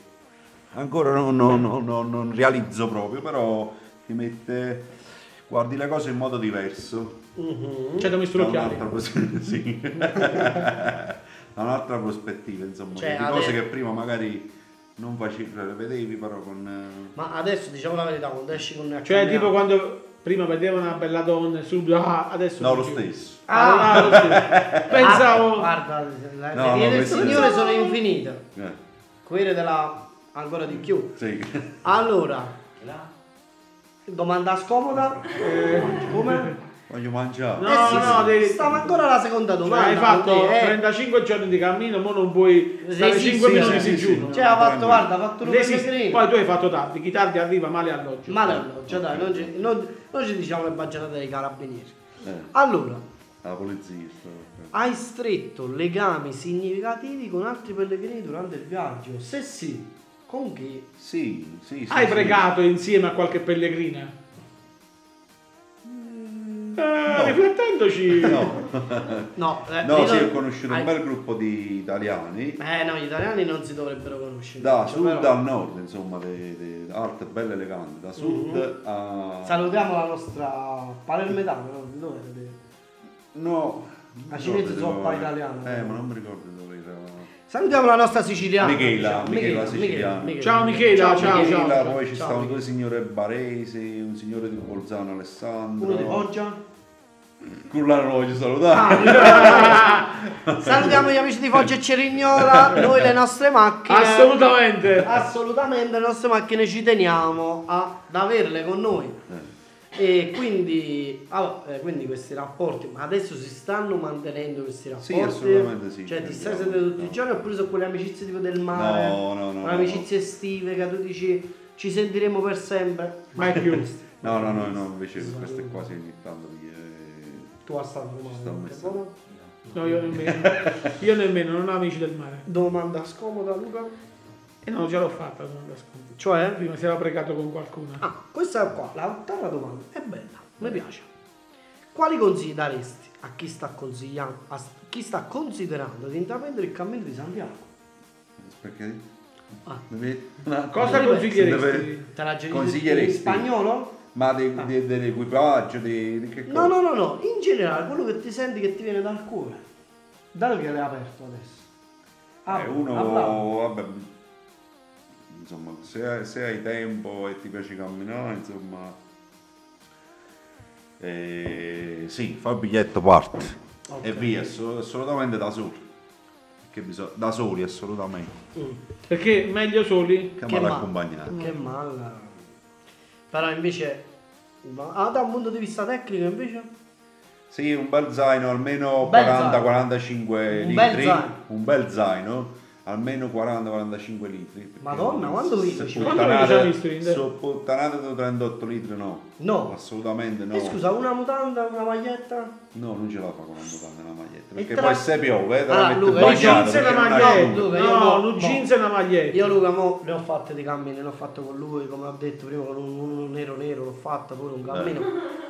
[SPEAKER 5] ancora non, non- non- non- non realizzo proprio, però ti mette guardi le cose in modo diverso.
[SPEAKER 1] Mhm.
[SPEAKER 6] Ci hai Cioè, messo
[SPEAKER 5] Da
[SPEAKER 6] l'occhiale?
[SPEAKER 5] un'altra pros- [LAUGHS] sì. Da un'altra prospettiva, insomma,
[SPEAKER 1] Cioè,
[SPEAKER 5] di cose
[SPEAKER 1] ade-
[SPEAKER 5] che prima magari non facevi, le vedevi, però con eh,
[SPEAKER 1] Ma adesso diciamo la verità, quando esci con una
[SPEAKER 6] Cioè,
[SPEAKER 1] camminata-
[SPEAKER 6] tipo quando prima vedeva una bella donna e subito, ah, adesso.
[SPEAKER 5] No,
[SPEAKER 6] non
[SPEAKER 5] lo
[SPEAKER 6] più.
[SPEAKER 5] stesso.
[SPEAKER 6] Ah, ah, lo stesso.
[SPEAKER 1] Ah,
[SPEAKER 6] Pensavo.
[SPEAKER 1] guarda, le
[SPEAKER 5] No, no,
[SPEAKER 1] vie del
[SPEAKER 5] questo-
[SPEAKER 1] Signore sono infinite.
[SPEAKER 5] Eh,
[SPEAKER 1] Queredela ancora di più.
[SPEAKER 5] sì.
[SPEAKER 1] Allora, domanda scomoda. Come?
[SPEAKER 5] [LAUGHS] Voglio mangiare.
[SPEAKER 6] Eh. No,
[SPEAKER 1] eh sì,
[SPEAKER 6] no,
[SPEAKER 1] sì.
[SPEAKER 6] devi- Cioè,
[SPEAKER 1] stavo ancora alla seconda domanda.
[SPEAKER 6] hai fatto
[SPEAKER 1] quindi, eh.
[SPEAKER 6] 35 giorni di cammino, mo non puoi stare
[SPEAKER 1] Resisti,
[SPEAKER 6] 5
[SPEAKER 1] sì,
[SPEAKER 6] minuti
[SPEAKER 5] sì,
[SPEAKER 6] di
[SPEAKER 5] sì,
[SPEAKER 6] giorno.
[SPEAKER 1] Cioè, ha fatto, guarda, ha fatto un
[SPEAKER 6] Resisti.
[SPEAKER 1] pellegrino.
[SPEAKER 6] Poi tu hai fatto tardi, chi tardi arriva male all'oggi.
[SPEAKER 1] Ma no, cioè dai, non ci, non- non ci diciamo le baggianate dei carabinieri.
[SPEAKER 5] Eh,
[SPEAKER 1] Allora,
[SPEAKER 5] la polizia. sta-
[SPEAKER 1] hai stretto legami significativi con altri pellegrini durante il viaggio? Se sì, con chi?
[SPEAKER 5] Sì, sì, sì.
[SPEAKER 6] Hai
[SPEAKER 5] sì.
[SPEAKER 6] pregato insieme a qualche pellegrina?
[SPEAKER 1] Mm.
[SPEAKER 6] Eh, Riflettendoci, Eh,
[SPEAKER 5] No,
[SPEAKER 1] No, eh,
[SPEAKER 5] no
[SPEAKER 1] io-
[SPEAKER 5] sì, ho conosciuto
[SPEAKER 1] hai-
[SPEAKER 5] un bel gruppo di italiani.
[SPEAKER 1] Eh no, gli italiani non si dovrebbero conoscere.
[SPEAKER 5] Da
[SPEAKER 1] cioè,
[SPEAKER 5] sud
[SPEAKER 1] però-
[SPEAKER 5] al nord, insomma, de, de- arte bella elegante. Da sud
[SPEAKER 1] Mhm.
[SPEAKER 5] a...
[SPEAKER 1] Salutiamo la nostra palermetana, no? Di dove? Di-
[SPEAKER 5] No.
[SPEAKER 1] La
[SPEAKER 5] non
[SPEAKER 1] cinese
[SPEAKER 5] ricordo
[SPEAKER 1] zoppa
[SPEAKER 5] dove-
[SPEAKER 1] italiana.
[SPEAKER 5] Eh, ma non mi ricordo dove era.
[SPEAKER 1] Salutiamo la nostra siciliana.
[SPEAKER 5] Michela,
[SPEAKER 1] diciamo.
[SPEAKER 5] Michela siciliana.
[SPEAKER 6] Ciao, Michela, ciao,
[SPEAKER 5] Sì,
[SPEAKER 6] ciao.
[SPEAKER 5] là poi ci
[SPEAKER 1] ciao,
[SPEAKER 5] stavano
[SPEAKER 1] Michela.
[SPEAKER 5] due signore baresi, un signore di Bolzano Alessandro.
[SPEAKER 1] Uno di Foggia.
[SPEAKER 5] Con la non lo voglio salutare. [LAUGHS]
[SPEAKER 1] Salutiamo gli amici di Foggia e Cerignola, noi le nostre macchine.
[SPEAKER 6] assolutamente.
[SPEAKER 5] Eh.
[SPEAKER 1] assolutamente le nostre macchine ci teniamo ad averle con noi. E quindi, allora, eh, quindi questi rapporti, ma adesso si stanno mantenendo questi rapporti?
[SPEAKER 5] Sì, assolutamente sì.
[SPEAKER 1] Cioè ti stai
[SPEAKER 5] Andiamo,
[SPEAKER 1] sentendo tutti i
[SPEAKER 5] no.
[SPEAKER 1] giorni oppure sono quelle amicizie tipo del mare?
[SPEAKER 5] No, no, no,
[SPEAKER 1] quelle
[SPEAKER 5] no,
[SPEAKER 1] amicizie estive che tu dici ci sentiremo per sempre?
[SPEAKER 6] Mai più.
[SPEAKER 5] No, no, no, no, invece questo è quasi ogni tanto perché
[SPEAKER 1] Tu a San Romano.
[SPEAKER 5] sta un messaggio.
[SPEAKER 6] No, io nemmeno. Io nemmeno, non ho amici del mare.
[SPEAKER 1] Domanda scomoda Luca?
[SPEAKER 6] E non ce Eh l'ho fatta, sono nascosto.
[SPEAKER 1] Cioè?
[SPEAKER 6] Prima si era pregato con qualcuno.
[SPEAKER 1] Ah, questa qua, la terra domanda è bella, mi piace. Quali consigli daresti a chi sta consigliando, a chi sta considerando di intraprendere il cammino di Santiago?
[SPEAKER 5] "Eh, Perché?
[SPEAKER 1] Ah.
[SPEAKER 5] Devi- una-
[SPEAKER 6] Cosa
[SPEAKER 5] devi-
[SPEAKER 6] consiglieresti?
[SPEAKER 1] Te la giri
[SPEAKER 5] Consiglieresti?
[SPEAKER 1] in spagnolo?
[SPEAKER 5] Ma de- de- dell'equipaggio, di, di che cosa?
[SPEAKER 1] Ah. No, no, no, no, in generale quello che ti senti che ti viene dal cuore. Dal che l'hai aperto adesso.
[SPEAKER 5] Eh,
[SPEAKER 1] Apri,
[SPEAKER 5] uno,
[SPEAKER 1] apri.
[SPEAKER 5] vabbè, insomma, se, se hai tempo e ti piace camminare, insomma, eh, sì, fa il biglietto, parte e via, assu- assolutamente da soli. Perché bisogna, da soli, assolutamente,
[SPEAKER 6] Perché meglio soli.
[SPEAKER 5] che,
[SPEAKER 1] Che
[SPEAKER 5] mal
[SPEAKER 1] ma-
[SPEAKER 5] accompagnati.
[SPEAKER 1] Che malla. Però invece, ma- ah, da un punto di vista tecnico invece?
[SPEAKER 5] Sì, un bel zaino, almeno
[SPEAKER 1] Un bel
[SPEAKER 5] 40-45
[SPEAKER 1] Un bel
[SPEAKER 5] litri,
[SPEAKER 1] zaino.
[SPEAKER 5] un bel zaino, almeno 40-45 litri. perché
[SPEAKER 1] Madonna,
[SPEAKER 5] se
[SPEAKER 1] quanto litri?
[SPEAKER 5] puttanate-
[SPEAKER 6] Quanto litri ci hai visto in te?
[SPEAKER 5] se puttanate da 38 litri no,
[SPEAKER 1] No.
[SPEAKER 5] assolutamente no.
[SPEAKER 1] E Eh, scusa, una mutanda, una maglietta?
[SPEAKER 5] No, non ce la fa con la mutanda e la maglietta.
[SPEAKER 1] E
[SPEAKER 5] Perché
[SPEAKER 1] tra- Ah,
[SPEAKER 5] poi se piove, te
[SPEAKER 1] Allora,
[SPEAKER 5] la metti
[SPEAKER 1] Luca,
[SPEAKER 6] Un
[SPEAKER 1] Poi
[SPEAKER 5] bagnata,
[SPEAKER 6] jeans e
[SPEAKER 5] perché
[SPEAKER 6] una
[SPEAKER 5] non hai
[SPEAKER 1] maglietta.
[SPEAKER 5] lungo.
[SPEAKER 1] Luca,
[SPEAKER 6] maglietta.
[SPEAKER 1] io
[SPEAKER 6] No,
[SPEAKER 1] mo-
[SPEAKER 6] un
[SPEAKER 1] mo-
[SPEAKER 6] jeans e una maglietta.
[SPEAKER 1] Io Luca mo ne ho fatte di cammini, ne ho fatto con lui, come ho detto prima con un, un nero nero, l'ho fatto pure un cammino.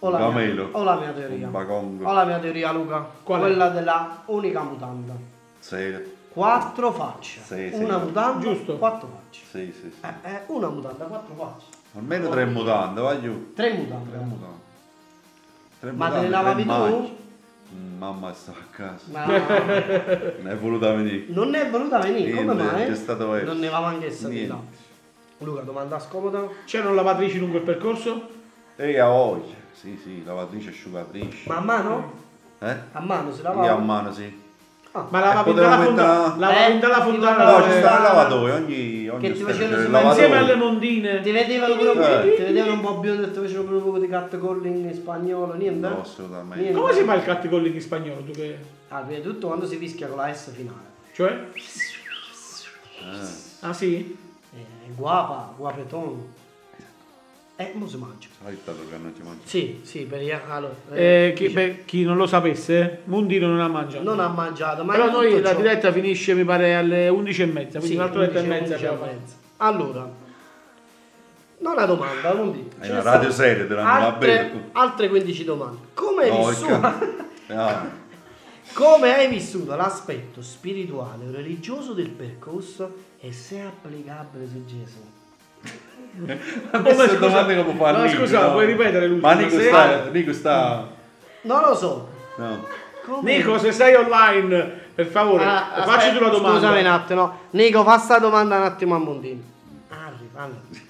[SPEAKER 1] Ho la, mia,
[SPEAKER 5] Camelo.
[SPEAKER 1] ho la mia teoria.
[SPEAKER 5] Un bagongo.
[SPEAKER 1] Ho la mia teoria Luca.
[SPEAKER 6] Qual è?
[SPEAKER 1] Quella della unica mutanda.
[SPEAKER 5] Sì,
[SPEAKER 1] Quattro facce.
[SPEAKER 5] Sì, sì.
[SPEAKER 1] una mutanda,
[SPEAKER 6] Giusto.
[SPEAKER 1] quattro facce.
[SPEAKER 5] sì, sì. sì.
[SPEAKER 1] Eh, eh, una mutanda, quattro facce.
[SPEAKER 5] Almeno tre mutande, vai giù.
[SPEAKER 1] Tre mutande.
[SPEAKER 5] Tre mutande. Tre
[SPEAKER 1] Ma te le
[SPEAKER 5] mutande,
[SPEAKER 1] lavavi
[SPEAKER 5] tre
[SPEAKER 1] tu?
[SPEAKER 5] macchie. Mm, Mamma sta a casa.
[SPEAKER 1] Ma [LAUGHS]
[SPEAKER 5] Non è voluta venire.
[SPEAKER 1] non è voluta venire, come
[SPEAKER 5] Niente,
[SPEAKER 1] mai?
[SPEAKER 5] c'è stato questo.
[SPEAKER 1] Non ne va anch'essa di là.
[SPEAKER 5] Niente.
[SPEAKER 1] Luca, domanda scomoda.
[SPEAKER 6] C'erano lavatrici lungo il percorso?
[SPEAKER 5] E a voglia. Sì, sì, lavatrice, asciugatrice.
[SPEAKER 1] Ma a mano?
[SPEAKER 5] Eh?
[SPEAKER 1] A mano si
[SPEAKER 5] Io a
[SPEAKER 1] lavava?
[SPEAKER 5] mano, sì.
[SPEAKER 1] Ah.
[SPEAKER 6] Ma lavavi
[SPEAKER 5] potevamo
[SPEAKER 6] dalla fontana.
[SPEAKER 5] Eh, mettere-
[SPEAKER 6] Lavavi
[SPEAKER 1] Eh,
[SPEAKER 6] dalla
[SPEAKER 1] ti
[SPEAKER 6] fontana.
[SPEAKER 1] mandavo-
[SPEAKER 5] No,
[SPEAKER 1] eh,
[SPEAKER 5] ci
[SPEAKER 6] eh,
[SPEAKER 5] sta il lavatoio, ogni... ogni
[SPEAKER 1] Che ti
[SPEAKER 5] stanza
[SPEAKER 1] facevano
[SPEAKER 5] c'è il
[SPEAKER 1] su- ma
[SPEAKER 5] lavatoio.
[SPEAKER 6] Insieme alle
[SPEAKER 1] Ti
[SPEAKER 6] mondine.
[SPEAKER 1] vedevano pure,
[SPEAKER 5] Eh.
[SPEAKER 1] ti vedevano un po' biondo e ti facevano pure un po' di catcalling in spagnolo, niente?
[SPEAKER 5] No, eh. assolutamente.
[SPEAKER 1] Niente.
[SPEAKER 6] Come si fa il catticolling in spagnolo? Tu che...
[SPEAKER 1] Ah, prima di tutto quando si fischia con la S finale.
[SPEAKER 6] Cioè? Ah sì?
[SPEAKER 1] Eh, guapa, guapeton. Eh, mo si mangia.
[SPEAKER 5] Sai tanto che non ci mangio.
[SPEAKER 1] Sì, sì, per gli allora,
[SPEAKER 6] Eh,
[SPEAKER 1] eh,
[SPEAKER 6] chi, beh, chi non lo sapesse, Mundino non ha mangiato.
[SPEAKER 1] Non ha mangiato, ma
[SPEAKER 6] Però
[SPEAKER 1] in
[SPEAKER 6] noi
[SPEAKER 1] tutto
[SPEAKER 6] la
[SPEAKER 1] ciò-
[SPEAKER 6] diretta finisce mi pare alle 11 e mezza, quindi
[SPEAKER 1] Sì,
[SPEAKER 6] un'altra oretta e
[SPEAKER 1] 11,
[SPEAKER 6] mezza.
[SPEAKER 1] 11 e
[SPEAKER 6] abbiamo fatto.
[SPEAKER 1] mezza. Allora, non una domanda, non dico.
[SPEAKER 5] È
[SPEAKER 1] Ce
[SPEAKER 5] una
[SPEAKER 1] ne
[SPEAKER 5] radio
[SPEAKER 1] stanno
[SPEAKER 5] seria, te la non la
[SPEAKER 1] Cioè, altre, [LAUGHS]
[SPEAKER 5] bevo.
[SPEAKER 1] altre 15 domande. Come hai
[SPEAKER 5] No, il
[SPEAKER 1] vissuto?
[SPEAKER 5] ca- Ah.
[SPEAKER 1] Come hai vissuto l'aspetto spirituale o religioso del percorso e se è applicabile su Gesù?
[SPEAKER 6] Ma
[SPEAKER 5] Queste
[SPEAKER 6] scusa-
[SPEAKER 5] domande che può fare
[SPEAKER 6] ma
[SPEAKER 5] Nico,
[SPEAKER 6] scusa,
[SPEAKER 5] no?
[SPEAKER 6] puoi ripetere l'ultima?
[SPEAKER 5] Ma Nico
[SPEAKER 6] Se-
[SPEAKER 5] sta... Nico sta...
[SPEAKER 1] Non lo so.
[SPEAKER 5] No.
[SPEAKER 1] Come...
[SPEAKER 6] Nico, se sei online, per favore,
[SPEAKER 1] Ah,
[SPEAKER 6] facci
[SPEAKER 1] aspetta,
[SPEAKER 6] tu la domanda.
[SPEAKER 1] Scusami un attimo. Nico, fa sta domanda un attimo a Mondini. Arriva, arriva.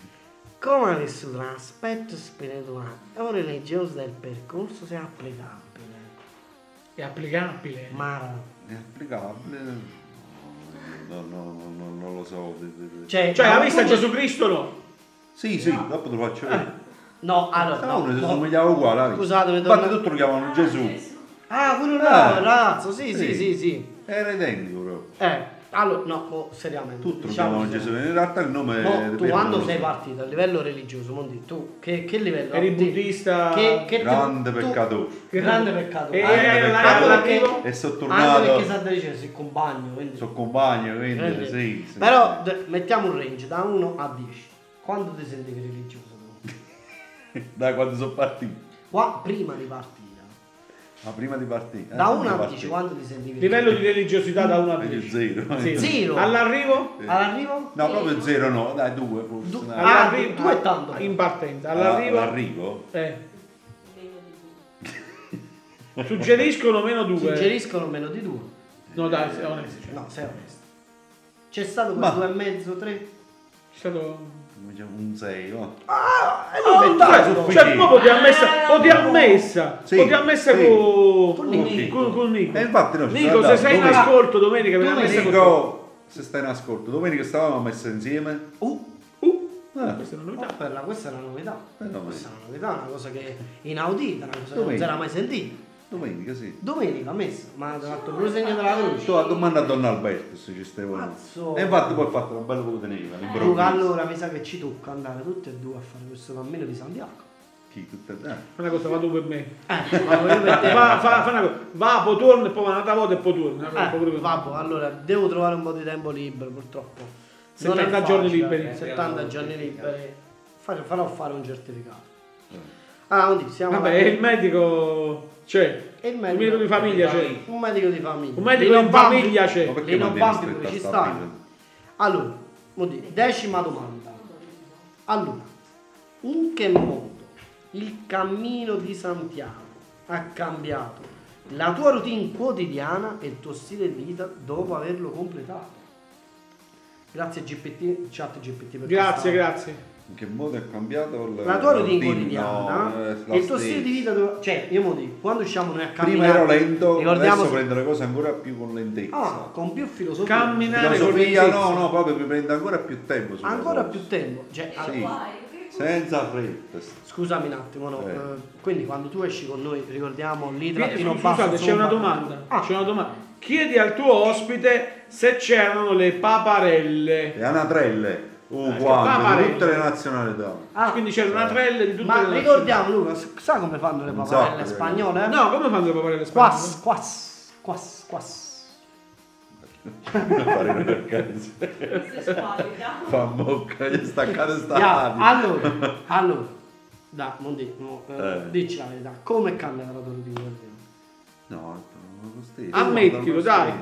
[SPEAKER 1] Come hai vissuto l'aspetto spirituale o religioso del percorso se è applicabile?
[SPEAKER 6] È applicabile.
[SPEAKER 1] Mara.
[SPEAKER 5] È applicabile? No, no, no, no, non lo so.
[SPEAKER 1] Cioè,
[SPEAKER 6] Cioè,
[SPEAKER 1] da
[SPEAKER 6] la
[SPEAKER 1] un
[SPEAKER 6] vista
[SPEAKER 1] punto-
[SPEAKER 6] Gesù Cristo no?
[SPEAKER 5] Sì, sì, dopo te lo faccio vedere.
[SPEAKER 1] No, allora.
[SPEAKER 5] Stavano
[SPEAKER 1] no,
[SPEAKER 5] uno si
[SPEAKER 1] no.
[SPEAKER 5] somigliava uguale. hai visto?
[SPEAKER 1] Scusatemi,
[SPEAKER 5] Infatti
[SPEAKER 1] torna-
[SPEAKER 5] tutti lo chiamano Gesù.
[SPEAKER 1] Ah, quello là,
[SPEAKER 5] Ah.
[SPEAKER 1] ragazzo, sì, sì,
[SPEAKER 5] Sì.
[SPEAKER 1] sì, sì.
[SPEAKER 5] Era identico proprio.
[SPEAKER 1] Eh, allora, no, mo, seriamente.
[SPEAKER 5] Tutti lo
[SPEAKER 1] diciamo
[SPEAKER 5] chiamano
[SPEAKER 1] così.
[SPEAKER 5] Gesù. In realtà il nome
[SPEAKER 1] Mo,
[SPEAKER 5] è...
[SPEAKER 1] tu quando sei partito a livello religioso, Mondi, tu che, che livello?
[SPEAKER 6] Eri
[SPEAKER 1] Ti-
[SPEAKER 6] buddista. Eh,
[SPEAKER 1] Che, che ti-
[SPEAKER 5] Grande
[SPEAKER 1] tu-
[SPEAKER 5] peccatore.
[SPEAKER 1] Grande peccato.
[SPEAKER 6] E-
[SPEAKER 1] Anche
[SPEAKER 5] e-
[SPEAKER 1] perché-
[SPEAKER 6] l'arrivo?
[SPEAKER 5] E sono
[SPEAKER 1] Anche perché
[SPEAKER 5] tornato...
[SPEAKER 1] sa dicendo sei compagno. Quindi,
[SPEAKER 5] Sono compagno,
[SPEAKER 1] Quindi-
[SPEAKER 5] quindi sì. sì,
[SPEAKER 1] Però
[SPEAKER 5] sì.
[SPEAKER 1] d- mettiamo un range da 1 a 10. Quando ti sentivi religioso? tu?
[SPEAKER 5] Da quando sono partito.
[SPEAKER 1] Qua prima di partire.
[SPEAKER 5] Ma prima di partire. eh,
[SPEAKER 1] Da
[SPEAKER 5] prima
[SPEAKER 1] 1
[SPEAKER 5] di
[SPEAKER 1] a 10
[SPEAKER 5] partire.
[SPEAKER 1] quando ti sentivi
[SPEAKER 6] Livello di religiosità da 1 a
[SPEAKER 5] Meglio
[SPEAKER 6] 10.
[SPEAKER 5] zero. eh.
[SPEAKER 6] Sì.
[SPEAKER 1] Zero.
[SPEAKER 6] All'arrivo?
[SPEAKER 5] di-
[SPEAKER 1] All'arrivo?
[SPEAKER 5] No, proprio zero no, dai, due forse.
[SPEAKER 1] Du-
[SPEAKER 5] dai.
[SPEAKER 1] Ah,
[SPEAKER 6] All'arrivo-
[SPEAKER 1] tu è tanto.
[SPEAKER 6] In partenza.
[SPEAKER 5] All'arrivo?
[SPEAKER 6] All'arrivo? Eh. Suggeriscono meno 2.
[SPEAKER 1] Suggeriscono meno di 2.
[SPEAKER 6] No dai, sei onesto. cioè.
[SPEAKER 1] No, sei onesto. C'è stato
[SPEAKER 5] Ma-
[SPEAKER 1] quel 2 e mezzo, 3.
[SPEAKER 6] È stato...
[SPEAKER 5] Un 6,
[SPEAKER 1] Ah, E
[SPEAKER 6] Oh,
[SPEAKER 1] lui
[SPEAKER 6] dai,
[SPEAKER 1] Eh, tanto. Ah,
[SPEAKER 6] cioè, proprio ti ha messa, o ti ha messa,
[SPEAKER 5] Sì,
[SPEAKER 6] o ti ha messa
[SPEAKER 5] sì.
[SPEAKER 6] con,
[SPEAKER 1] Con
[SPEAKER 5] Nico.
[SPEAKER 6] con- con Nico.
[SPEAKER 5] E infatti no, ci sono
[SPEAKER 6] Nico, se
[SPEAKER 5] andato.
[SPEAKER 6] sei in
[SPEAKER 5] Domenica-
[SPEAKER 6] ascolto domenica, mi ha
[SPEAKER 1] Domenica.
[SPEAKER 6] messa con
[SPEAKER 5] Nico, se stai in ascolto, domenica stavamo messi insieme
[SPEAKER 1] Uh,
[SPEAKER 6] Uh,
[SPEAKER 5] Ah,
[SPEAKER 6] Questa è una novità.
[SPEAKER 1] Opperla, questa è una novità.
[SPEAKER 5] Però,
[SPEAKER 1] Questa è una novità, una cosa che è inaudita, una cosa che non si
[SPEAKER 5] Domenica.
[SPEAKER 1] era mai sentita.
[SPEAKER 5] domenica sì.
[SPEAKER 1] Domenica messa, ma tra l'altro pure segno della croce.
[SPEAKER 5] Tu la domanda a Don Alberto se ci stai
[SPEAKER 1] Cazzo.
[SPEAKER 5] volendo. E infatti poi ha fatto una bella coda nera,
[SPEAKER 1] Luca,
[SPEAKER 5] l'improvviso.
[SPEAKER 1] allora mi sa che ci tocca andare tutti e due a fare questo cammino di Santiago.
[SPEAKER 5] Chi tutta eh.
[SPEAKER 6] Fai una cosa, vado per me.
[SPEAKER 1] Eh, ma voglio
[SPEAKER 6] [LAUGHS]
[SPEAKER 1] per te.
[SPEAKER 6] Fa, fa, fa una cosa, va, poi torna e poi va un'altra volta e poi torna. Allora, poi pure
[SPEAKER 1] Eh,
[SPEAKER 6] per me.
[SPEAKER 1] vabbè, allora devo trovare un po' di tempo libero purtroppo. Non è
[SPEAKER 6] 70 giorni
[SPEAKER 1] facile,
[SPEAKER 6] liberi.
[SPEAKER 1] eh, 70 giorni liberi. Fare- farò fare un certificato. Ah, quindi siamo
[SPEAKER 6] Mm. Vabbè,
[SPEAKER 1] alla-
[SPEAKER 6] il medico c'è.
[SPEAKER 1] e il
[SPEAKER 6] Il medico di famiglia c'è.
[SPEAKER 1] Un medico di famiglia.
[SPEAKER 6] Un medico
[SPEAKER 1] Lino
[SPEAKER 6] in
[SPEAKER 1] Bambi-
[SPEAKER 6] famiglia c'è.
[SPEAKER 5] Ma perché
[SPEAKER 1] Lino
[SPEAKER 5] mantieni
[SPEAKER 1] Bambi
[SPEAKER 5] stretta
[SPEAKER 1] come ci
[SPEAKER 5] sta
[SPEAKER 1] sta?
[SPEAKER 5] pila?
[SPEAKER 1] Allora, vuol dire, decima domanda. Allora, in che modo il cammino di Santiago ha cambiato la tua routine quotidiana e il tuo stile di vita dopo averlo completato? Grazie GPT, chat GPT per questa-
[SPEAKER 6] Grazie, grazie.
[SPEAKER 5] In che modo è cambiato il
[SPEAKER 1] La tua routine
[SPEAKER 5] routine,
[SPEAKER 1] quotidiana
[SPEAKER 5] no, eh, la
[SPEAKER 1] e il tuo
[SPEAKER 5] stessa.
[SPEAKER 1] stile di vita, dove- cioè io mo dico, quando usciamo noi a camminare,
[SPEAKER 5] Prima ero lento,
[SPEAKER 1] ricordiamo
[SPEAKER 5] adesso prendo le cose ancora più con lentezza.
[SPEAKER 1] ah, con più filosofia.
[SPEAKER 6] Cammina-
[SPEAKER 5] Filosofia
[SPEAKER 6] con
[SPEAKER 5] no,
[SPEAKER 6] lentezza.
[SPEAKER 5] no, proprio mi prende ancora più tempo. sulle
[SPEAKER 1] ancora
[SPEAKER 5] cose.
[SPEAKER 1] più tempo, cioè,
[SPEAKER 5] Sì.
[SPEAKER 1] allora,
[SPEAKER 5] Senza fretta.
[SPEAKER 1] Scusami un attimo, no.
[SPEAKER 5] Eh.
[SPEAKER 1] eh, quindi quando tu esci con noi, ricordiamo lì
[SPEAKER 6] Quindi,
[SPEAKER 1] trattino
[SPEAKER 6] scu-
[SPEAKER 1] basso,
[SPEAKER 6] Scusate, c'è
[SPEAKER 1] insomma.
[SPEAKER 6] una domanda.
[SPEAKER 1] Ah,
[SPEAKER 6] C'è una domanda. Chiedi al tuo ospite se c'erano le paparelle.
[SPEAKER 5] Le
[SPEAKER 1] Eh,
[SPEAKER 5] anatrelle,
[SPEAKER 6] papà,
[SPEAKER 5] uguali, di tutte
[SPEAKER 6] eh.
[SPEAKER 5] le nazionalità.
[SPEAKER 1] ah,
[SPEAKER 6] Quindi c'era una trelle di tutte
[SPEAKER 1] ma
[SPEAKER 6] le
[SPEAKER 1] ricordiamo Luca, s- sa come fanno le
[SPEAKER 5] Non so,
[SPEAKER 1] paparelle
[SPEAKER 5] eh.
[SPEAKER 1] spagnole? eh?
[SPEAKER 6] No, come fanno le paparelle
[SPEAKER 1] Quas, quas, quas, quas.
[SPEAKER 5] Non fare una percanza. Fa bocca, gli staccate sta
[SPEAKER 1] Ya,
[SPEAKER 5] radio.
[SPEAKER 1] allora, allora, da, non di, no, eh,
[SPEAKER 5] Eh.
[SPEAKER 1] dici la verità, come cambia la tua routine quotidiana?
[SPEAKER 5] No, non lo stesso.
[SPEAKER 6] Ammettilo, dai.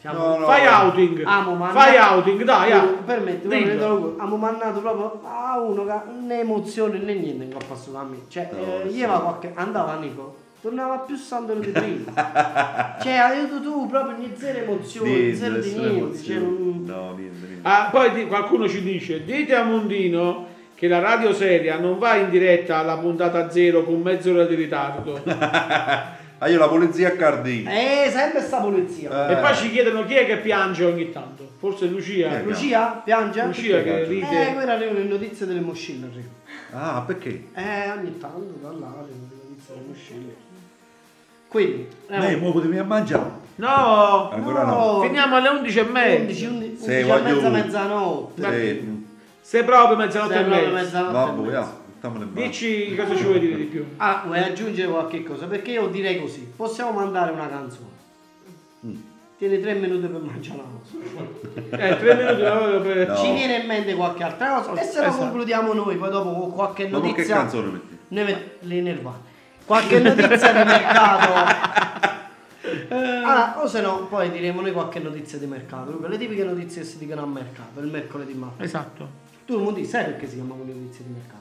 [SPEAKER 1] Siamo-
[SPEAKER 6] Fai outing.
[SPEAKER 1] Amo, ma-
[SPEAKER 6] Fai outing, dai. ah.
[SPEAKER 1] Permetti,
[SPEAKER 6] Dillo.
[SPEAKER 1] abbiamo mannato proprio a uno che né emozione né niente in coppa su me. Cioè,
[SPEAKER 5] No,
[SPEAKER 1] eh,
[SPEAKER 5] sì.
[SPEAKER 1] gli va qualche. andava Nico, tornava più sandolo di
[SPEAKER 5] [LAUGHS]
[SPEAKER 1] prima. cioè, aiuto tu proprio ogni zero emozioni,
[SPEAKER 5] Niente,
[SPEAKER 1] zero di
[SPEAKER 5] nessuna
[SPEAKER 1] niente. Cioè,
[SPEAKER 5] emozione.
[SPEAKER 1] non-
[SPEAKER 5] No, niente, niente.
[SPEAKER 6] Ah, poi di- qualcuno ci dice, dite a Mondino che la radio seria non va in diretta alla puntata zero con mezz'ora di ritardo.
[SPEAKER 1] [LAUGHS]
[SPEAKER 5] Ah, io la polizia a Cardini.
[SPEAKER 1] Eh, sempre sta
[SPEAKER 5] Eh,
[SPEAKER 1] polizia.
[SPEAKER 6] E poi ci chiedono chi è che piange ogni tanto. Forse Lucia.
[SPEAKER 5] Eh,
[SPEAKER 1] Lucia, piange?
[SPEAKER 6] Lucia che
[SPEAKER 1] Eh,
[SPEAKER 6] ride.
[SPEAKER 1] quelle arrivano le notizie delle moscine, arrivano.
[SPEAKER 5] Ah, perché?
[SPEAKER 1] Eh, ogni tanto da là arrivano le notizie delle moscine. Quindi,
[SPEAKER 5] Lei
[SPEAKER 1] eh,
[SPEAKER 5] mo potevi mangiare.
[SPEAKER 6] No,
[SPEAKER 5] Ancora no.
[SPEAKER 1] no.
[SPEAKER 6] finiamo alle 11 e
[SPEAKER 1] 11,
[SPEAKER 6] mezza.
[SPEAKER 1] 11,
[SPEAKER 5] Se
[SPEAKER 1] 11 a
[SPEAKER 5] voglio
[SPEAKER 1] mezza,
[SPEAKER 5] uno.
[SPEAKER 1] mezzanotte.
[SPEAKER 5] Sì.
[SPEAKER 6] Se proprio mezzanotte e
[SPEAKER 1] Sei proprio
[SPEAKER 6] mezza.
[SPEAKER 1] mezzanotte e
[SPEAKER 5] Eh, Vabbè, ah,
[SPEAKER 1] mezza.
[SPEAKER 5] ya, mettiamo le mani.
[SPEAKER 6] Dici cosa ci vuoi dire di più.
[SPEAKER 1] Ah, vuoi aggiungere qualche cosa? Perché io direi così, possiamo mandare una canzone.
[SPEAKER 5] Mm.
[SPEAKER 1] Tieni tre minuti per mangiare la cosa.
[SPEAKER 6] Eh, tre minuti lavoro per...
[SPEAKER 5] No.
[SPEAKER 1] Ci viene in mente qualche altra cosa. E se la
[SPEAKER 6] Esatto.
[SPEAKER 1] concludiamo noi, poi dopo con qualche
[SPEAKER 5] Ma con che
[SPEAKER 1] notizia.
[SPEAKER 5] canzone metti?
[SPEAKER 1] Ne met- le nervate. Qualche notizia di mercato. Ah, o se no, poi diremo noi qualche notizia di mercato. Luca, le tipiche notizie che si dicono a mercato, il mercoledì mattina.
[SPEAKER 6] Esatto.
[SPEAKER 1] Tu non dici, sai perché si chiamano le notizie di mercato?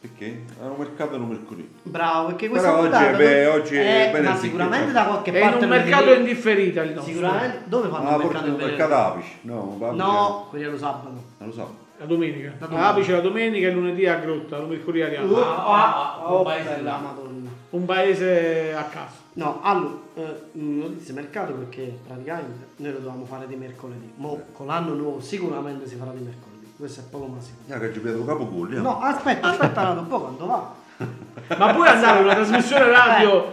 [SPEAKER 5] Perché? Era un mercato e un mercoledì.
[SPEAKER 1] Bravo, perché questa
[SPEAKER 5] Però oggi
[SPEAKER 1] puntata-
[SPEAKER 5] è be- oggi è
[SPEAKER 1] Eh,
[SPEAKER 5] benedica.
[SPEAKER 1] ma sicuramente da qualche
[SPEAKER 6] È in
[SPEAKER 1] parte
[SPEAKER 6] un
[SPEAKER 1] lo
[SPEAKER 6] mercato
[SPEAKER 1] vedi.
[SPEAKER 6] indifferita il nostro.
[SPEAKER 1] Sicuramente dove fanno
[SPEAKER 5] Ah,
[SPEAKER 1] il mercato
[SPEAKER 5] forse
[SPEAKER 1] il
[SPEAKER 5] un
[SPEAKER 1] venerdì?
[SPEAKER 5] mercato apice. No, va bene.
[SPEAKER 1] No, quelli lo sabato.
[SPEAKER 5] Non lo so.
[SPEAKER 6] La domenica. La
[SPEAKER 1] domenica.
[SPEAKER 6] Apice la domenica e lunedì a Grotta, lo mercoledì a Riano.
[SPEAKER 1] Ah, oh, bella Madonna.
[SPEAKER 6] Un paese a caso.
[SPEAKER 1] No, allora, eh, notizie mercato perché praticamente noi lo dovevamo fare di mercoledì. Mo con l'anno nuovo sicuramente si farà di mercoledì. Questo è poco ma sicuro.
[SPEAKER 5] Ya, che ci vedo capo culo.
[SPEAKER 1] No, aspetta, aspetta un po' quando va.
[SPEAKER 6] Ma puoi andare a una trasmissione radio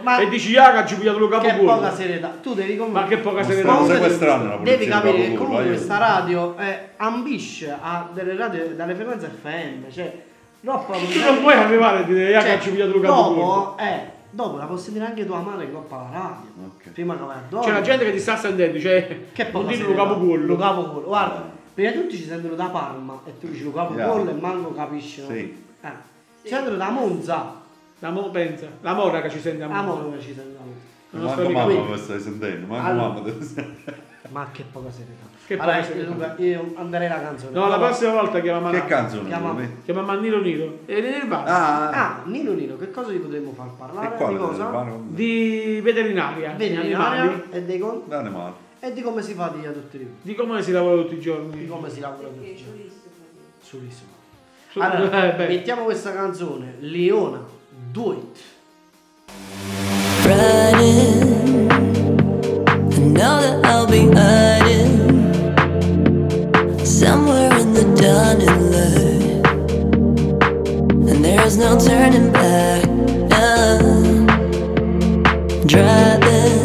[SPEAKER 1] Eh, ma-
[SPEAKER 6] e dici ah che ci pigliato lo
[SPEAKER 1] Che
[SPEAKER 6] capopolo.
[SPEAKER 1] poca serietà. Tu devi comunque
[SPEAKER 6] Ma che poca
[SPEAKER 5] Ma
[SPEAKER 6] serietà.
[SPEAKER 5] stiamo
[SPEAKER 1] Comunque
[SPEAKER 5] sequestrando la polizia
[SPEAKER 1] Devi
[SPEAKER 5] di
[SPEAKER 1] capire che
[SPEAKER 5] Capocurva,
[SPEAKER 1] comunque
[SPEAKER 5] io-
[SPEAKER 1] questa radio eh, ambisce a delle radio dalle frequenze FM, cioè troppa
[SPEAKER 6] Tu non puoi arrivare e dire ah che ci pigliato lo capopolo.
[SPEAKER 1] dopo, eh, dopo la possibilità anche tua madre che coppa la radio.
[SPEAKER 5] Ok.
[SPEAKER 1] Prima che vai a dormire.
[SPEAKER 6] C'è Cioè, la gente che ti sta sentendo, cioè
[SPEAKER 1] che
[SPEAKER 6] non
[SPEAKER 1] poi
[SPEAKER 6] dire lo capopolo.
[SPEAKER 1] Lo capopollo. Guarda, prima di tutti ci sentono da Parma e tu dici lo capopollo e manco capisci. no?
[SPEAKER 5] Esatto. Sì.
[SPEAKER 1] Eh, Ci sentono da Monza.
[SPEAKER 6] La mo pensa, la moraca ci sente a
[SPEAKER 1] Ah, mo
[SPEAKER 6] mo.
[SPEAKER 1] come ci sentono.
[SPEAKER 6] Non
[SPEAKER 5] Manco
[SPEAKER 6] sto
[SPEAKER 5] mamma
[SPEAKER 1] ricordando.
[SPEAKER 5] mi stai sentendo, manco
[SPEAKER 1] Allora.
[SPEAKER 5] mamma te lo stai-
[SPEAKER 1] Ma che poca serietà.
[SPEAKER 6] Che
[SPEAKER 1] allora,
[SPEAKER 6] poca serietà.
[SPEAKER 1] Luca, io andrei la canzone.
[SPEAKER 6] No, la
[SPEAKER 1] Dopo-
[SPEAKER 6] prossima volta chiama
[SPEAKER 5] Che
[SPEAKER 6] Manà.
[SPEAKER 5] canzone?
[SPEAKER 1] Chiama-
[SPEAKER 5] vuoi mettere?
[SPEAKER 6] Chiama Mannino Niro. E Nirvana.
[SPEAKER 5] Ah,
[SPEAKER 1] Ah, Nino Nino, che cosa gli potremmo far parlare?
[SPEAKER 5] e qua
[SPEAKER 1] di
[SPEAKER 5] le
[SPEAKER 1] cosa?
[SPEAKER 5] mani.
[SPEAKER 6] Di veterinaria.
[SPEAKER 1] Vedi,
[SPEAKER 6] di animali,
[SPEAKER 1] Maria, e, dei con-
[SPEAKER 5] Dai, male.
[SPEAKER 1] e di come si fa di a tutti i giorni,
[SPEAKER 6] Di come si lavora tutti i
[SPEAKER 1] di
[SPEAKER 6] giorni.
[SPEAKER 1] come si lavora tutti i giorni. Sull'isola.
[SPEAKER 6] Su-
[SPEAKER 1] Allora,
[SPEAKER 6] eh, beh.
[SPEAKER 1] mettiamo questa canzone, Leona, Do It.
[SPEAKER 3] Running, I know that I'll be hiding somewhere in the dawning light. There's no turning back now. Driving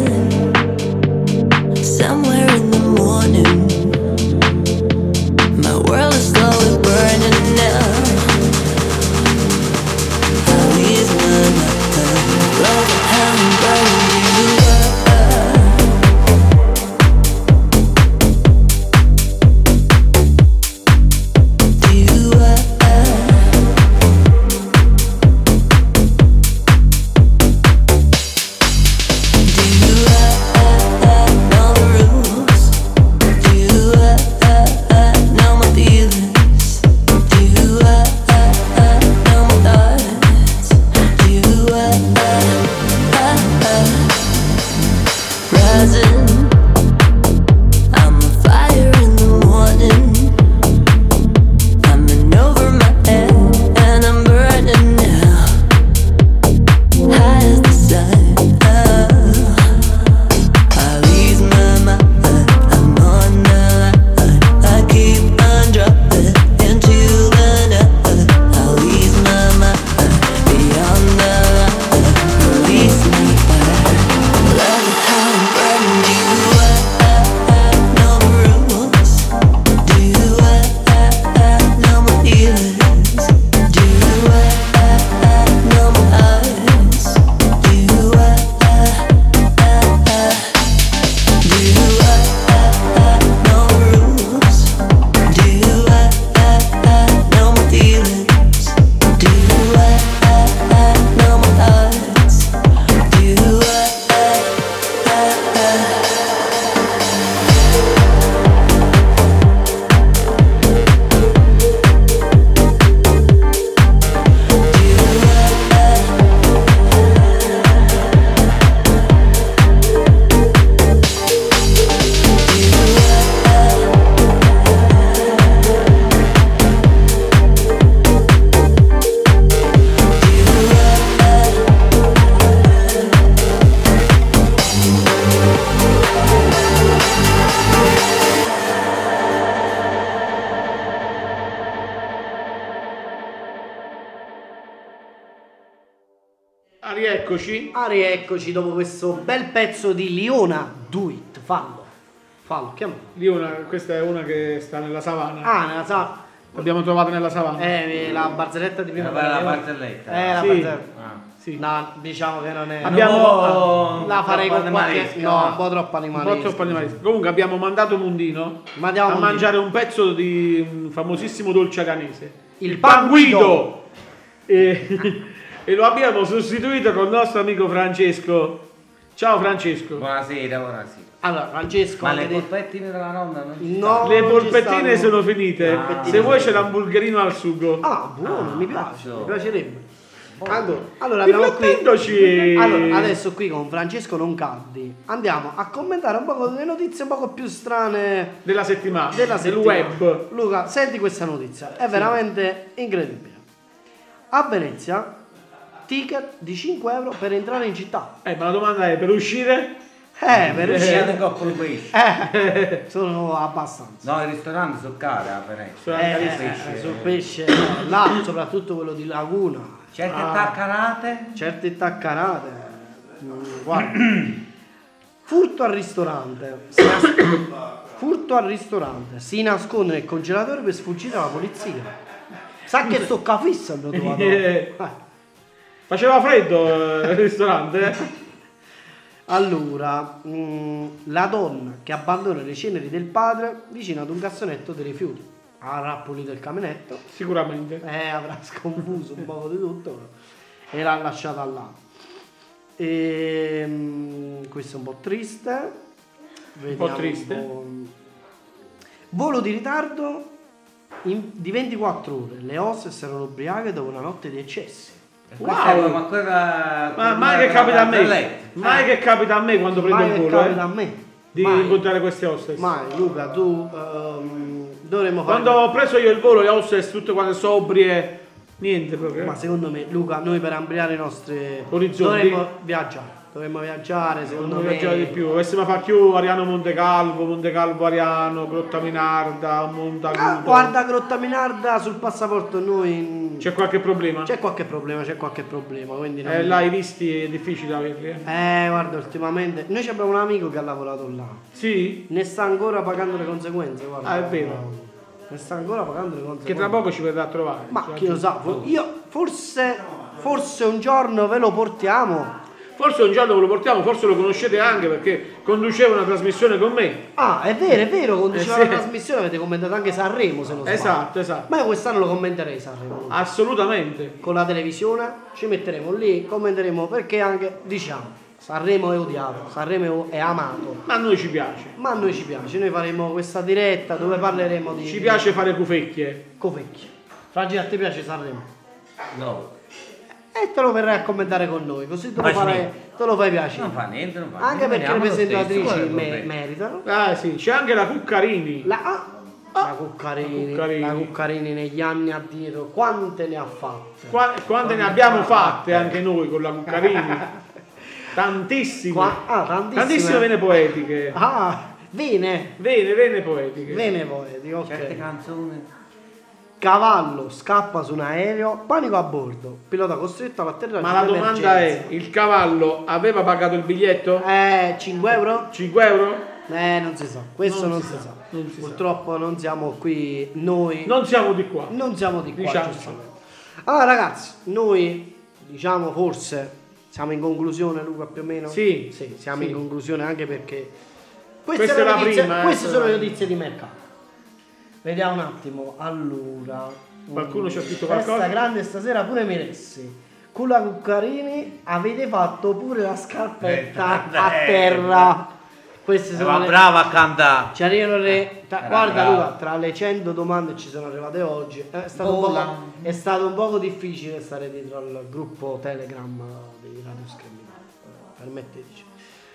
[SPEAKER 3] somewhere in the morning. My world is slowly burning now. I leave my mother, love and how I'm burning you up. You up. Do you know the rules? Do you know my feelings? Do you know my thoughts? Do you rising? I'm a fire in the morning. I'm in over my head and I'm burning now. High as the sun. I lose my mind. I'm on the line. I keep on dropping into the night. I lose my mind. Beyond the line. Release me. Love it how I'm burning you up. Know the rules. Do you know my feelings? Do you know my eyes? Do you? Do you know the rules? Do you know my feelings? Do you know my thoughts? Do you?
[SPEAKER 6] Ah, rieccoci.
[SPEAKER 1] Ah, rieccoci dopo questo bel pezzo di Liona. Do it, fallo. Fallo, chiamalo.
[SPEAKER 6] Lì una- questa è una che sta nella savana.
[SPEAKER 1] Ah, nella sa-
[SPEAKER 6] L'abbiamo trovata nella savana.
[SPEAKER 1] Eh, la barzelletta di prima.
[SPEAKER 7] Eh, la
[SPEAKER 1] della Leone.
[SPEAKER 7] barzelletta.
[SPEAKER 1] Eh, la
[SPEAKER 6] Sì.
[SPEAKER 1] barzelletta.
[SPEAKER 7] Ah.
[SPEAKER 6] Sì.
[SPEAKER 1] No, diciamo che non è.
[SPEAKER 6] Abbiamo-
[SPEAKER 7] No,
[SPEAKER 1] la farei
[SPEAKER 7] troppo
[SPEAKER 1] con qualche
[SPEAKER 7] animalesco.
[SPEAKER 1] no, un po' troppo
[SPEAKER 6] Un
[SPEAKER 1] animale.
[SPEAKER 6] po' troppo animalistico. Comunque abbiamo mandato Mundino
[SPEAKER 1] Mandiamo
[SPEAKER 6] a
[SPEAKER 1] Mundino.
[SPEAKER 6] mangiare un pezzo di un famosissimo dolce aganese.
[SPEAKER 1] Il pan guido.
[SPEAKER 6] E, [LAUGHS] e lo abbiamo sostituito con il nostro amico Francesco. Ciao Francesco.
[SPEAKER 7] Buonasera, buonasera.
[SPEAKER 1] Allora, Francesco
[SPEAKER 7] Ma
[SPEAKER 1] anche
[SPEAKER 7] le
[SPEAKER 1] te-
[SPEAKER 7] polpettine della nonna non ci
[SPEAKER 1] No.
[SPEAKER 6] Le
[SPEAKER 1] non ci
[SPEAKER 6] polpettine
[SPEAKER 1] stanno.
[SPEAKER 6] sono finite.
[SPEAKER 7] Ah.
[SPEAKER 6] Se vuoi c'è l'hamburgerino al sugo.
[SPEAKER 1] Ah, buono, mi piace,
[SPEAKER 7] cazzo.
[SPEAKER 1] mi piacenebbe. Allora, allora abbiamo qui
[SPEAKER 6] Riflettendoci.
[SPEAKER 1] Allora, adesso qui con Francesco Roncaldi andiamo a commentare un po' le notizie un po' più strane
[SPEAKER 6] della settimana,
[SPEAKER 1] della
[SPEAKER 6] del
[SPEAKER 1] settimana.
[SPEAKER 6] web.
[SPEAKER 1] Luca, senti questa notizia, è veramente incredibile. A Venezia, ticket di 5 euro per entrare in città.
[SPEAKER 6] Eh, ma la domanda è per uscire?
[SPEAKER 1] Eh, per
[SPEAKER 7] Siete
[SPEAKER 1] uscire.
[SPEAKER 6] [LAUGHS]
[SPEAKER 7] con questo.
[SPEAKER 1] Eh, sono abbastanza.
[SPEAKER 7] No, i ristoranti sono cari a Venezia.
[SPEAKER 6] Sono
[SPEAKER 1] Eh,
[SPEAKER 7] pesce.
[SPEAKER 1] eh, sul pesce, eh, là, soprattutto quello di Laguna, Ah.
[SPEAKER 7] Certe
[SPEAKER 6] Ah.
[SPEAKER 7] taccanate.
[SPEAKER 1] certe taccarate. mm, Guarda. [CLEARS THROAT] Furto al ristorante. Si nas- [COUGHS] Furto al ristorante. Si nasconde nel congelatore per sfuggire alla polizia. Sa che sto cafissa abbiamo trovato.
[SPEAKER 6] Eh.
[SPEAKER 1] Eh.
[SPEAKER 6] Faceva freddo eh, il
[SPEAKER 1] [LAUGHS]
[SPEAKER 6] ristorante? eh?
[SPEAKER 1] Allora, mm, la donna che abbandona le ceneri del padre vicino ad un cassonetto dei rifiuti. Avrà pulito il caminetto,
[SPEAKER 6] Sicuramente.
[SPEAKER 1] eh, avrà sconfuso un po' di tutto però. e l'ha lasciata là. Ehm, questo è un po' triste. Vediamo
[SPEAKER 6] triste.
[SPEAKER 1] po'. Volo di ritardo in- di 24 ore. Le hostess erano ubriache dopo una notte di eccessi.
[SPEAKER 7] Questa è- ma quella.
[SPEAKER 6] Ma
[SPEAKER 7] quella
[SPEAKER 6] mai che
[SPEAKER 7] della
[SPEAKER 6] capita a me,
[SPEAKER 7] barzelletta.
[SPEAKER 6] mai che capita a me quando prendo
[SPEAKER 1] Mai
[SPEAKER 6] il
[SPEAKER 1] che
[SPEAKER 6] volo,
[SPEAKER 1] capita
[SPEAKER 6] eh,
[SPEAKER 1] a me.
[SPEAKER 6] di
[SPEAKER 1] Mai.
[SPEAKER 6] incontrare queste hostess.
[SPEAKER 1] Mai, Luca, tu ehm, dovremmo fare.
[SPEAKER 6] Quando ho preso io il volo, le hostess tutte quante sobrie, niente proprio.
[SPEAKER 1] Ma secondo me, Luca, noi per ampliare i nostri
[SPEAKER 6] Orizzonti.
[SPEAKER 1] dovremmo viaggiare. dovremmo viaggiare, secondo
[SPEAKER 6] Non
[SPEAKER 1] me.
[SPEAKER 6] viaggiare di più, dovessimo fare più Ariano Montecalvo, Montecalvo Ariano, Grotta Minarda,
[SPEAKER 1] Ah,
[SPEAKER 6] Montaguto.
[SPEAKER 1] guarda Grotta Minarda sul passaporto noi c'è,
[SPEAKER 6] C'è qualche problema?
[SPEAKER 1] qualche problema, c'è qualche problema, quindi non-
[SPEAKER 6] Eh, là i visti è difficile averli. eh.
[SPEAKER 1] Eh, guarda, ultimamente noi ci abbiamo un amico che ha lavorato là.
[SPEAKER 6] Sì,
[SPEAKER 1] Ne sta ancora pagando le conseguenze, guarda.
[SPEAKER 6] Ah, è vero.
[SPEAKER 1] Ne sta ancora pagando le conseguenze.
[SPEAKER 6] che tra poco ci verrà a trovare.
[SPEAKER 1] Ma
[SPEAKER 6] Cioè,
[SPEAKER 1] chi lo sa, fo- io forse forse un giorno ve lo portiamo.
[SPEAKER 6] Forse un giorno ve lo portiamo, forse lo conoscete anche perché conduceva una trasmissione con me.
[SPEAKER 1] Ah, è vero, è vero, conduceva
[SPEAKER 6] Eh, sì.
[SPEAKER 1] la trasmissione, avete commentato anche Sanremo, se non sbaglio.
[SPEAKER 6] Esatto, esatto.
[SPEAKER 1] Ma io quest'anno lo commenterei Sanremo.
[SPEAKER 6] Assolutamente.
[SPEAKER 1] con la televisione, ci metteremo lì, commenteremo perché anche diciamo Sanremo è odiato, Sanremo è amato,
[SPEAKER 6] Ma a noi ci piace.
[SPEAKER 1] ma a noi ci piace, noi faremo questa diretta dove parleremo di
[SPEAKER 6] Ci piace fare cufecchie.
[SPEAKER 1] Covecchio. Fragile, a te piace Sanremo?
[SPEAKER 7] No.
[SPEAKER 1] E te lo verrai a commentare con noi, così te lo,
[SPEAKER 7] Vai,
[SPEAKER 1] farai,
[SPEAKER 7] finito.
[SPEAKER 1] te lo fai piacere.
[SPEAKER 7] Non fa niente, non fa niente.
[SPEAKER 1] anche perché le
[SPEAKER 7] veniamo lo stesso, qual è
[SPEAKER 1] presentatrici
[SPEAKER 7] il
[SPEAKER 1] me-
[SPEAKER 7] problema?
[SPEAKER 1] meritano.
[SPEAKER 6] Ah sì, c'è anche la Cuccarini.
[SPEAKER 1] La, ah, ah, la Cuccarini,
[SPEAKER 6] La Cuccarini.
[SPEAKER 1] la Cuccarini negli anni addietro, quante ne ha fatte?
[SPEAKER 6] Qua- quante ne abbiamo fatte anche noi con la Cuccarini?
[SPEAKER 1] [LAUGHS]
[SPEAKER 6] Tantissime.
[SPEAKER 1] Qua- ah, tantissime.
[SPEAKER 6] Tantissime vene poetiche.
[SPEAKER 1] Ah, bene,
[SPEAKER 6] Vene, vene poetiche.
[SPEAKER 1] bene poi, dico,
[SPEAKER 7] Certe
[SPEAKER 1] ok.
[SPEAKER 6] Certo.
[SPEAKER 7] canzoni.
[SPEAKER 1] Cavallo scappa su un aereo, panico a bordo, pilota costretto all'atterraggio.
[SPEAKER 6] Ma la domanda è,
[SPEAKER 1] Eh,
[SPEAKER 6] il cavallo aveva pagato il biglietto?
[SPEAKER 1] è: eh, 5 euro?
[SPEAKER 6] 5 euro?
[SPEAKER 1] Eh, non si sa, questo non, si, sa.
[SPEAKER 6] non si sa.
[SPEAKER 1] Purtroppo non siamo qui noi, non,
[SPEAKER 6] Non siamo di qua.
[SPEAKER 1] siamo di qua.
[SPEAKER 6] Diciamo.
[SPEAKER 1] giustamente. Allora, ragazzi, noi diciamo forse siamo in conclusione, Luca, più o meno.
[SPEAKER 6] Sì.
[SPEAKER 1] siamo
[SPEAKER 6] Sì.
[SPEAKER 1] in conclusione anche perché queste,
[SPEAKER 6] Questa è
[SPEAKER 1] erano
[SPEAKER 6] la
[SPEAKER 1] notizie-
[SPEAKER 6] prima, eh,
[SPEAKER 1] queste sono le
[SPEAKER 6] questa-
[SPEAKER 1] notizie di mercato. Vediamo un attimo. Allora.
[SPEAKER 6] Qualcuno ci ha scritto
[SPEAKER 1] Festa
[SPEAKER 6] qualcosa?
[SPEAKER 1] grande stasera pure Miressi. Con la Cuccarini avete fatto pure la scarpetta
[SPEAKER 8] Eh,
[SPEAKER 1] a
[SPEAKER 8] eh,
[SPEAKER 1] terra. Queste sono
[SPEAKER 8] Ma
[SPEAKER 1] le...
[SPEAKER 8] brava a cantare.
[SPEAKER 1] Ci arrivano le... tra-
[SPEAKER 7] Eh, Era
[SPEAKER 1] Guarda
[SPEAKER 7] brava.
[SPEAKER 1] Luca, tra le 100 domande ci sono arrivate oggi. eh, È stato, un
[SPEAKER 7] Vola.
[SPEAKER 1] poco, è stato un poco difficile stare dietro al gruppo Telegram di Radio Scriminale. Permetteteci.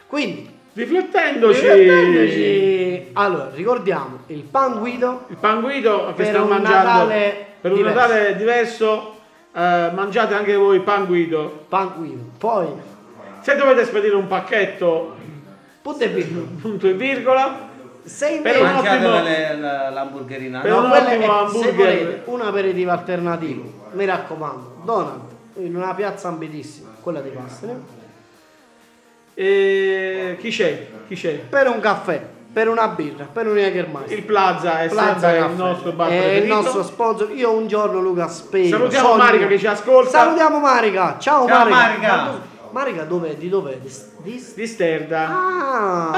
[SPEAKER 1] Quindi,
[SPEAKER 6] Riflettendoci.
[SPEAKER 1] divertendoci. allora, ricordiamo il pan guido.
[SPEAKER 6] Il panguido che
[SPEAKER 1] Per
[SPEAKER 6] sta
[SPEAKER 1] un
[SPEAKER 6] mangiando
[SPEAKER 1] Natale
[SPEAKER 6] per un
[SPEAKER 1] diverso.
[SPEAKER 6] Natale diverso. eh, mangiate anche voi il panguido.
[SPEAKER 1] Pan guido. Poi
[SPEAKER 6] Se dovete spedire un pacchetto,
[SPEAKER 1] Punto e virgola.
[SPEAKER 6] punto e virgola.
[SPEAKER 1] Se
[SPEAKER 6] Però-
[SPEAKER 1] invece
[SPEAKER 6] un
[SPEAKER 7] Mangiate
[SPEAKER 6] attimo-
[SPEAKER 7] le- la- l'hamburgerina.
[SPEAKER 6] Per
[SPEAKER 1] No,
[SPEAKER 6] un
[SPEAKER 1] quella
[SPEAKER 6] ottimo
[SPEAKER 1] è- se
[SPEAKER 6] hamburger.
[SPEAKER 1] volete un aperitivo alternativo, mi raccomando, Donald, in una piazza ambitissima, quella di Castello,
[SPEAKER 6] E chi c'è? Chi c'è?
[SPEAKER 1] per un caffè, per una birra, per un Jägermeister.
[SPEAKER 6] Il Plaza è
[SPEAKER 1] Plaza
[SPEAKER 6] sempre
[SPEAKER 1] Caffè.
[SPEAKER 6] il nostro bar
[SPEAKER 1] È il
[SPEAKER 6] preferito.
[SPEAKER 1] nostro sponsor. Io un giorno Luca spero.
[SPEAKER 6] Salutiamo
[SPEAKER 1] sogno-
[SPEAKER 6] Marica che ci ascolta.
[SPEAKER 1] Salutiamo Marica. Ciao,
[SPEAKER 7] Ciao,
[SPEAKER 1] Marica.
[SPEAKER 7] Marica.
[SPEAKER 1] Ma dove- Marica dov'è? Di dov'è? Di, di-
[SPEAKER 6] Di Sterda.
[SPEAKER 1] Ah,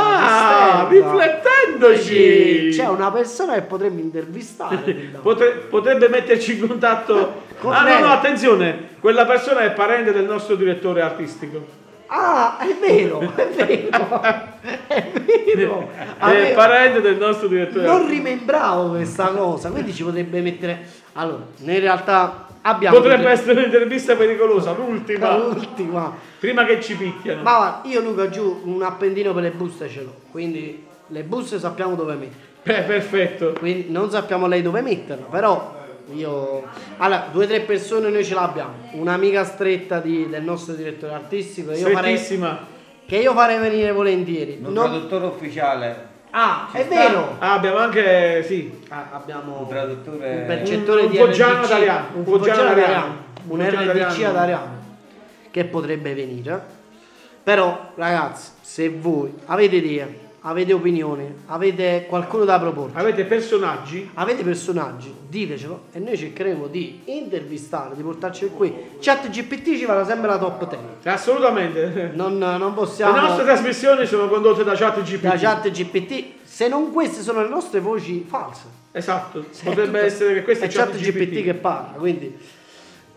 [SPEAKER 6] Ah,
[SPEAKER 1] di Sterda.
[SPEAKER 6] riflettendoci.
[SPEAKER 1] C'è una persona che potremmo intervistare. di là.
[SPEAKER 6] Potre- potrebbe metterci in contatto.
[SPEAKER 1] [LAUGHS] Con
[SPEAKER 6] ah,
[SPEAKER 1] lei.
[SPEAKER 6] no, no, attenzione, quella persona è parente del nostro direttore artistico.
[SPEAKER 1] Ah, è vero, è vero, è Ah, vero.
[SPEAKER 6] Eh, È
[SPEAKER 1] Avevo-
[SPEAKER 6] parente del nostro direttore
[SPEAKER 1] non
[SPEAKER 6] artistico.
[SPEAKER 1] rimembravo questa cosa, quindi ci potrebbe mettere... Allora, noi in realtà abbiamo...
[SPEAKER 6] Potrebbe essere un'intervista pericolosa, l'ultima,
[SPEAKER 1] Ah, l'ultima.
[SPEAKER 6] prima che ci picchiano.
[SPEAKER 1] Ma guarda, io Luca giù un appendino per le buste ce l'ho, quindi le buste sappiamo dove metterle.
[SPEAKER 6] Beh, Eh, perfetto.
[SPEAKER 1] Quindi non sappiamo lei dove metterle, però io... Allora, due o tre persone noi ce l'abbiamo. Un'amica stretta di- del nostro direttore artistico. Io farei,
[SPEAKER 6] Strettissima.
[SPEAKER 1] che io farei venire volentieri.
[SPEAKER 7] Un
[SPEAKER 1] Non-
[SPEAKER 7] traduttore ufficiale.
[SPEAKER 1] Ah,
[SPEAKER 7] Ci
[SPEAKER 1] è
[SPEAKER 7] sta?
[SPEAKER 1] vero!
[SPEAKER 6] Ah, abbiamo anche, sì,
[SPEAKER 1] Ah, abbiamo
[SPEAKER 7] Un
[SPEAKER 1] un
[SPEAKER 7] traduttore.
[SPEAKER 1] percettore
[SPEAKER 6] un
[SPEAKER 1] di
[SPEAKER 6] foggiano
[SPEAKER 1] RDC,
[SPEAKER 6] italiano,
[SPEAKER 1] un
[SPEAKER 6] un
[SPEAKER 1] foggiano
[SPEAKER 6] foggiano
[SPEAKER 1] italiano,
[SPEAKER 6] italiano,
[SPEAKER 1] un
[SPEAKER 6] un foggiano
[SPEAKER 1] RDC
[SPEAKER 6] italiano.
[SPEAKER 1] italiano che potrebbe venire. Però, ragazzi, se voi avete idee, avete opinioni, avete qualcuno da proporre,
[SPEAKER 6] avete personaggi.
[SPEAKER 1] avete personaggi, ditecelo e noi cercheremo di intervistare, di portarci qui. Chat GPT ci farà sempre la top 10.
[SPEAKER 6] Assolutamente.
[SPEAKER 1] Non, non
[SPEAKER 6] Le
[SPEAKER 1] possiamo...
[SPEAKER 6] nostre trasmissioni sono condotte da chat GPT.
[SPEAKER 1] Da chat GPT, se non queste sono le nostre voci false.
[SPEAKER 6] Esatto.
[SPEAKER 1] Cioè,
[SPEAKER 6] Potrebbe
[SPEAKER 1] tutto-
[SPEAKER 6] essere che questo è,
[SPEAKER 1] chat GPT che parla, quindi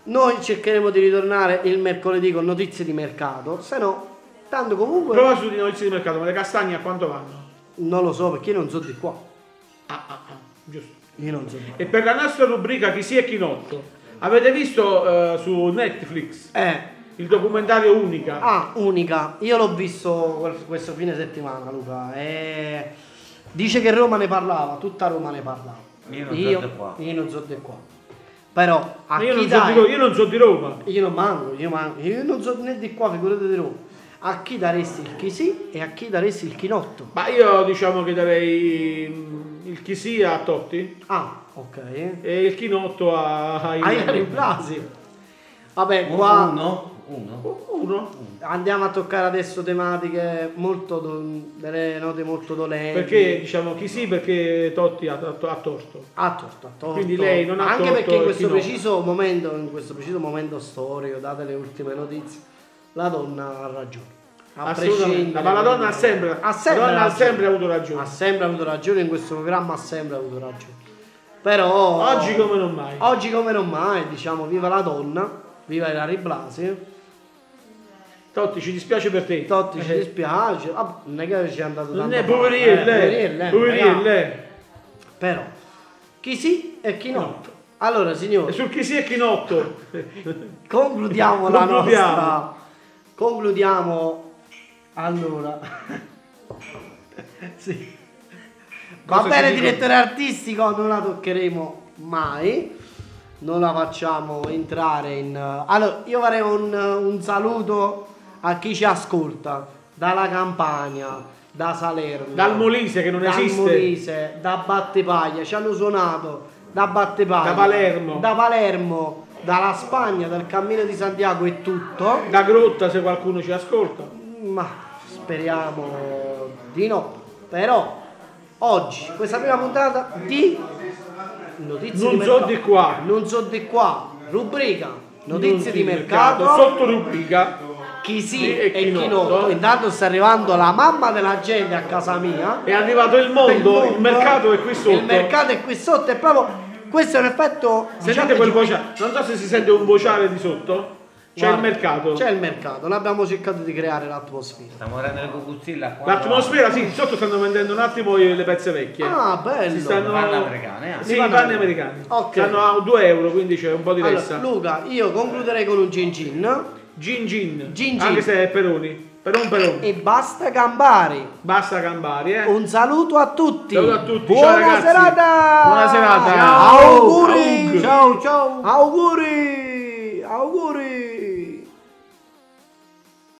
[SPEAKER 1] noi cercheremo di ritornare il mercoledì con notizie di mercato, se no, tanto comunque
[SPEAKER 6] Prova su di notizie di mercato, ma le castagne a quanto vanno?
[SPEAKER 1] non lo so perché io non so di qua.
[SPEAKER 6] Ah, ah, ah, giusto.
[SPEAKER 1] Io non so di qua.
[SPEAKER 6] E per la nostra rubrica chi si è chi notto, avete visto eh, su Netflix
[SPEAKER 1] Eh,
[SPEAKER 6] il documentario Unica?
[SPEAKER 1] ah, unica, io l'ho visto quel- questo fine settimana, Luca. e Dice che Roma ne parlava, tutta Roma ne parlava.
[SPEAKER 7] Io non so di qua.
[SPEAKER 1] io non so di qua. Però a
[SPEAKER 6] Ma io,
[SPEAKER 1] chi
[SPEAKER 6] non so
[SPEAKER 1] dai-
[SPEAKER 6] di, io non so di Roma.
[SPEAKER 1] Io non manco, io, manco, io non so né di qua, figurate di Roma. a chi daresti il chi sì e a chi daresti il chi notto?
[SPEAKER 6] Ma io diciamo che darei mm, il chi sia a Totti
[SPEAKER 1] Ah, ok.
[SPEAKER 6] e il chinotto a, a
[SPEAKER 1] Ah,
[SPEAKER 6] Immobile.
[SPEAKER 1] Ieri Blasi. Vabbè, qua
[SPEAKER 7] Uno? Uno?
[SPEAKER 6] Uno.
[SPEAKER 1] andiamo a toccare adesso tematiche molto do- delle note molto dolenti.
[SPEAKER 6] Perché diciamo chi sì perché Totti ha, ha- ha torto.
[SPEAKER 1] ha Ah, torto, ha torto.
[SPEAKER 6] Quindi lei non ha
[SPEAKER 1] Anche
[SPEAKER 6] torto
[SPEAKER 1] perché in
[SPEAKER 6] e
[SPEAKER 1] questo
[SPEAKER 6] chi no.
[SPEAKER 1] preciso momento, in questo preciso momento storico, date le ultime notizie, la donna ha ragione. A
[SPEAKER 6] Assolutamente.
[SPEAKER 1] prescindere-
[SPEAKER 6] Ma la donna ha sempre-
[SPEAKER 1] ha sempre,
[SPEAKER 6] la donna ha
[SPEAKER 1] ragione.
[SPEAKER 6] sempre avuto ragione.
[SPEAKER 1] Ha sempre avuto ragione in questo programma, ha sempre avuto ragione. Però
[SPEAKER 6] Oggi come non mai.
[SPEAKER 1] Oggi come non mai, diciamo, viva la donna, viva Ilari Blasi.
[SPEAKER 6] Totti ci dispiace per te.
[SPEAKER 1] Totti ci
[SPEAKER 6] Eh.
[SPEAKER 1] dispiace, ah, non è che ci è andato tanto male,
[SPEAKER 6] Ne
[SPEAKER 1] eh, poverino,
[SPEAKER 6] poverille,
[SPEAKER 1] eh, raga.
[SPEAKER 6] poverille.
[SPEAKER 1] Però chi sì e chi no. Allora signori,
[SPEAKER 6] Sul chi sì
[SPEAKER 1] [LAUGHS]
[SPEAKER 6] e chinotto.
[SPEAKER 1] concludiamo la
[SPEAKER 6] Concludiamo.
[SPEAKER 1] nostra concludiamo allora. sì. Va
[SPEAKER 6] Cosa ci
[SPEAKER 1] bene
[SPEAKER 6] dicono?
[SPEAKER 1] direttore artistico, non la toccheremo mai. Non la facciamo entrare in Allora, io farei un, un saluto a chi ci ascolta dalla Campania, da Salerno,
[SPEAKER 6] Dal Molise che non
[SPEAKER 1] da
[SPEAKER 6] esiste.
[SPEAKER 1] Molise, da Battepaglia, ci hanno suonato da Battepaglia,
[SPEAKER 6] Da Palermo.
[SPEAKER 1] da Palermo, dalla Spagna, dal Cammino di Santiago e tutto.
[SPEAKER 6] Da grotta se qualcuno ci ascolta.
[SPEAKER 1] Ma speriamo di no. Però oggi, questa prima puntata di notizie
[SPEAKER 6] Non
[SPEAKER 1] di
[SPEAKER 6] so
[SPEAKER 1] mercato.
[SPEAKER 6] di qua.
[SPEAKER 1] Non so di qua, rubrica notizie
[SPEAKER 6] Non
[SPEAKER 1] di mercato.
[SPEAKER 6] Sotto rubrica.
[SPEAKER 1] Chi sì
[SPEAKER 6] Sì,
[SPEAKER 1] e, chi, no. Intanto sta arrivando la mamma della gente a casa mia.
[SPEAKER 6] È arrivato il mondo, il, mercato è qui sotto.
[SPEAKER 1] Il mercato è qui sotto, è proprio. Questo è un effetto. diciamo
[SPEAKER 6] Sentite quel vociare. Non so se si sente un vociare di sotto. C'è
[SPEAKER 1] Guarda,
[SPEAKER 6] il mercato.
[SPEAKER 1] C'è il mercato, noi abbiamo cercato di creare l'atmosfera.
[SPEAKER 7] Stiamo morendo le cucuzzilla qua.
[SPEAKER 6] L'atmosfera, sì, sotto stanno vendendo un attimo le pezze vecchie.
[SPEAKER 1] Ah, bello!
[SPEAKER 6] si stanno...
[SPEAKER 7] Vanno americane, eh.
[SPEAKER 6] Sì,
[SPEAKER 1] Vanno
[SPEAKER 6] i panni
[SPEAKER 1] americane.
[SPEAKER 6] americani.
[SPEAKER 1] Ok.
[SPEAKER 6] Stanno a 2 euro, quindi c'è un po' di
[SPEAKER 1] Allora,
[SPEAKER 6] ressa.
[SPEAKER 1] Luca, io concluderei con un gin gin
[SPEAKER 6] Gin gin.
[SPEAKER 1] Gin gin.
[SPEAKER 6] Anche se è Peroni. Peron Peroni.
[SPEAKER 1] e basta gambari.
[SPEAKER 6] Basta Gambari, eh.
[SPEAKER 1] Un saluto a tutti.
[SPEAKER 6] Saluto a tutti, ciao
[SPEAKER 1] Buona
[SPEAKER 6] ragazzi.
[SPEAKER 1] serata.
[SPEAKER 6] Buona serata.
[SPEAKER 1] Ciao. Auguri.
[SPEAKER 6] Auguri.
[SPEAKER 1] Ciao ciao. Auguri. Auguri.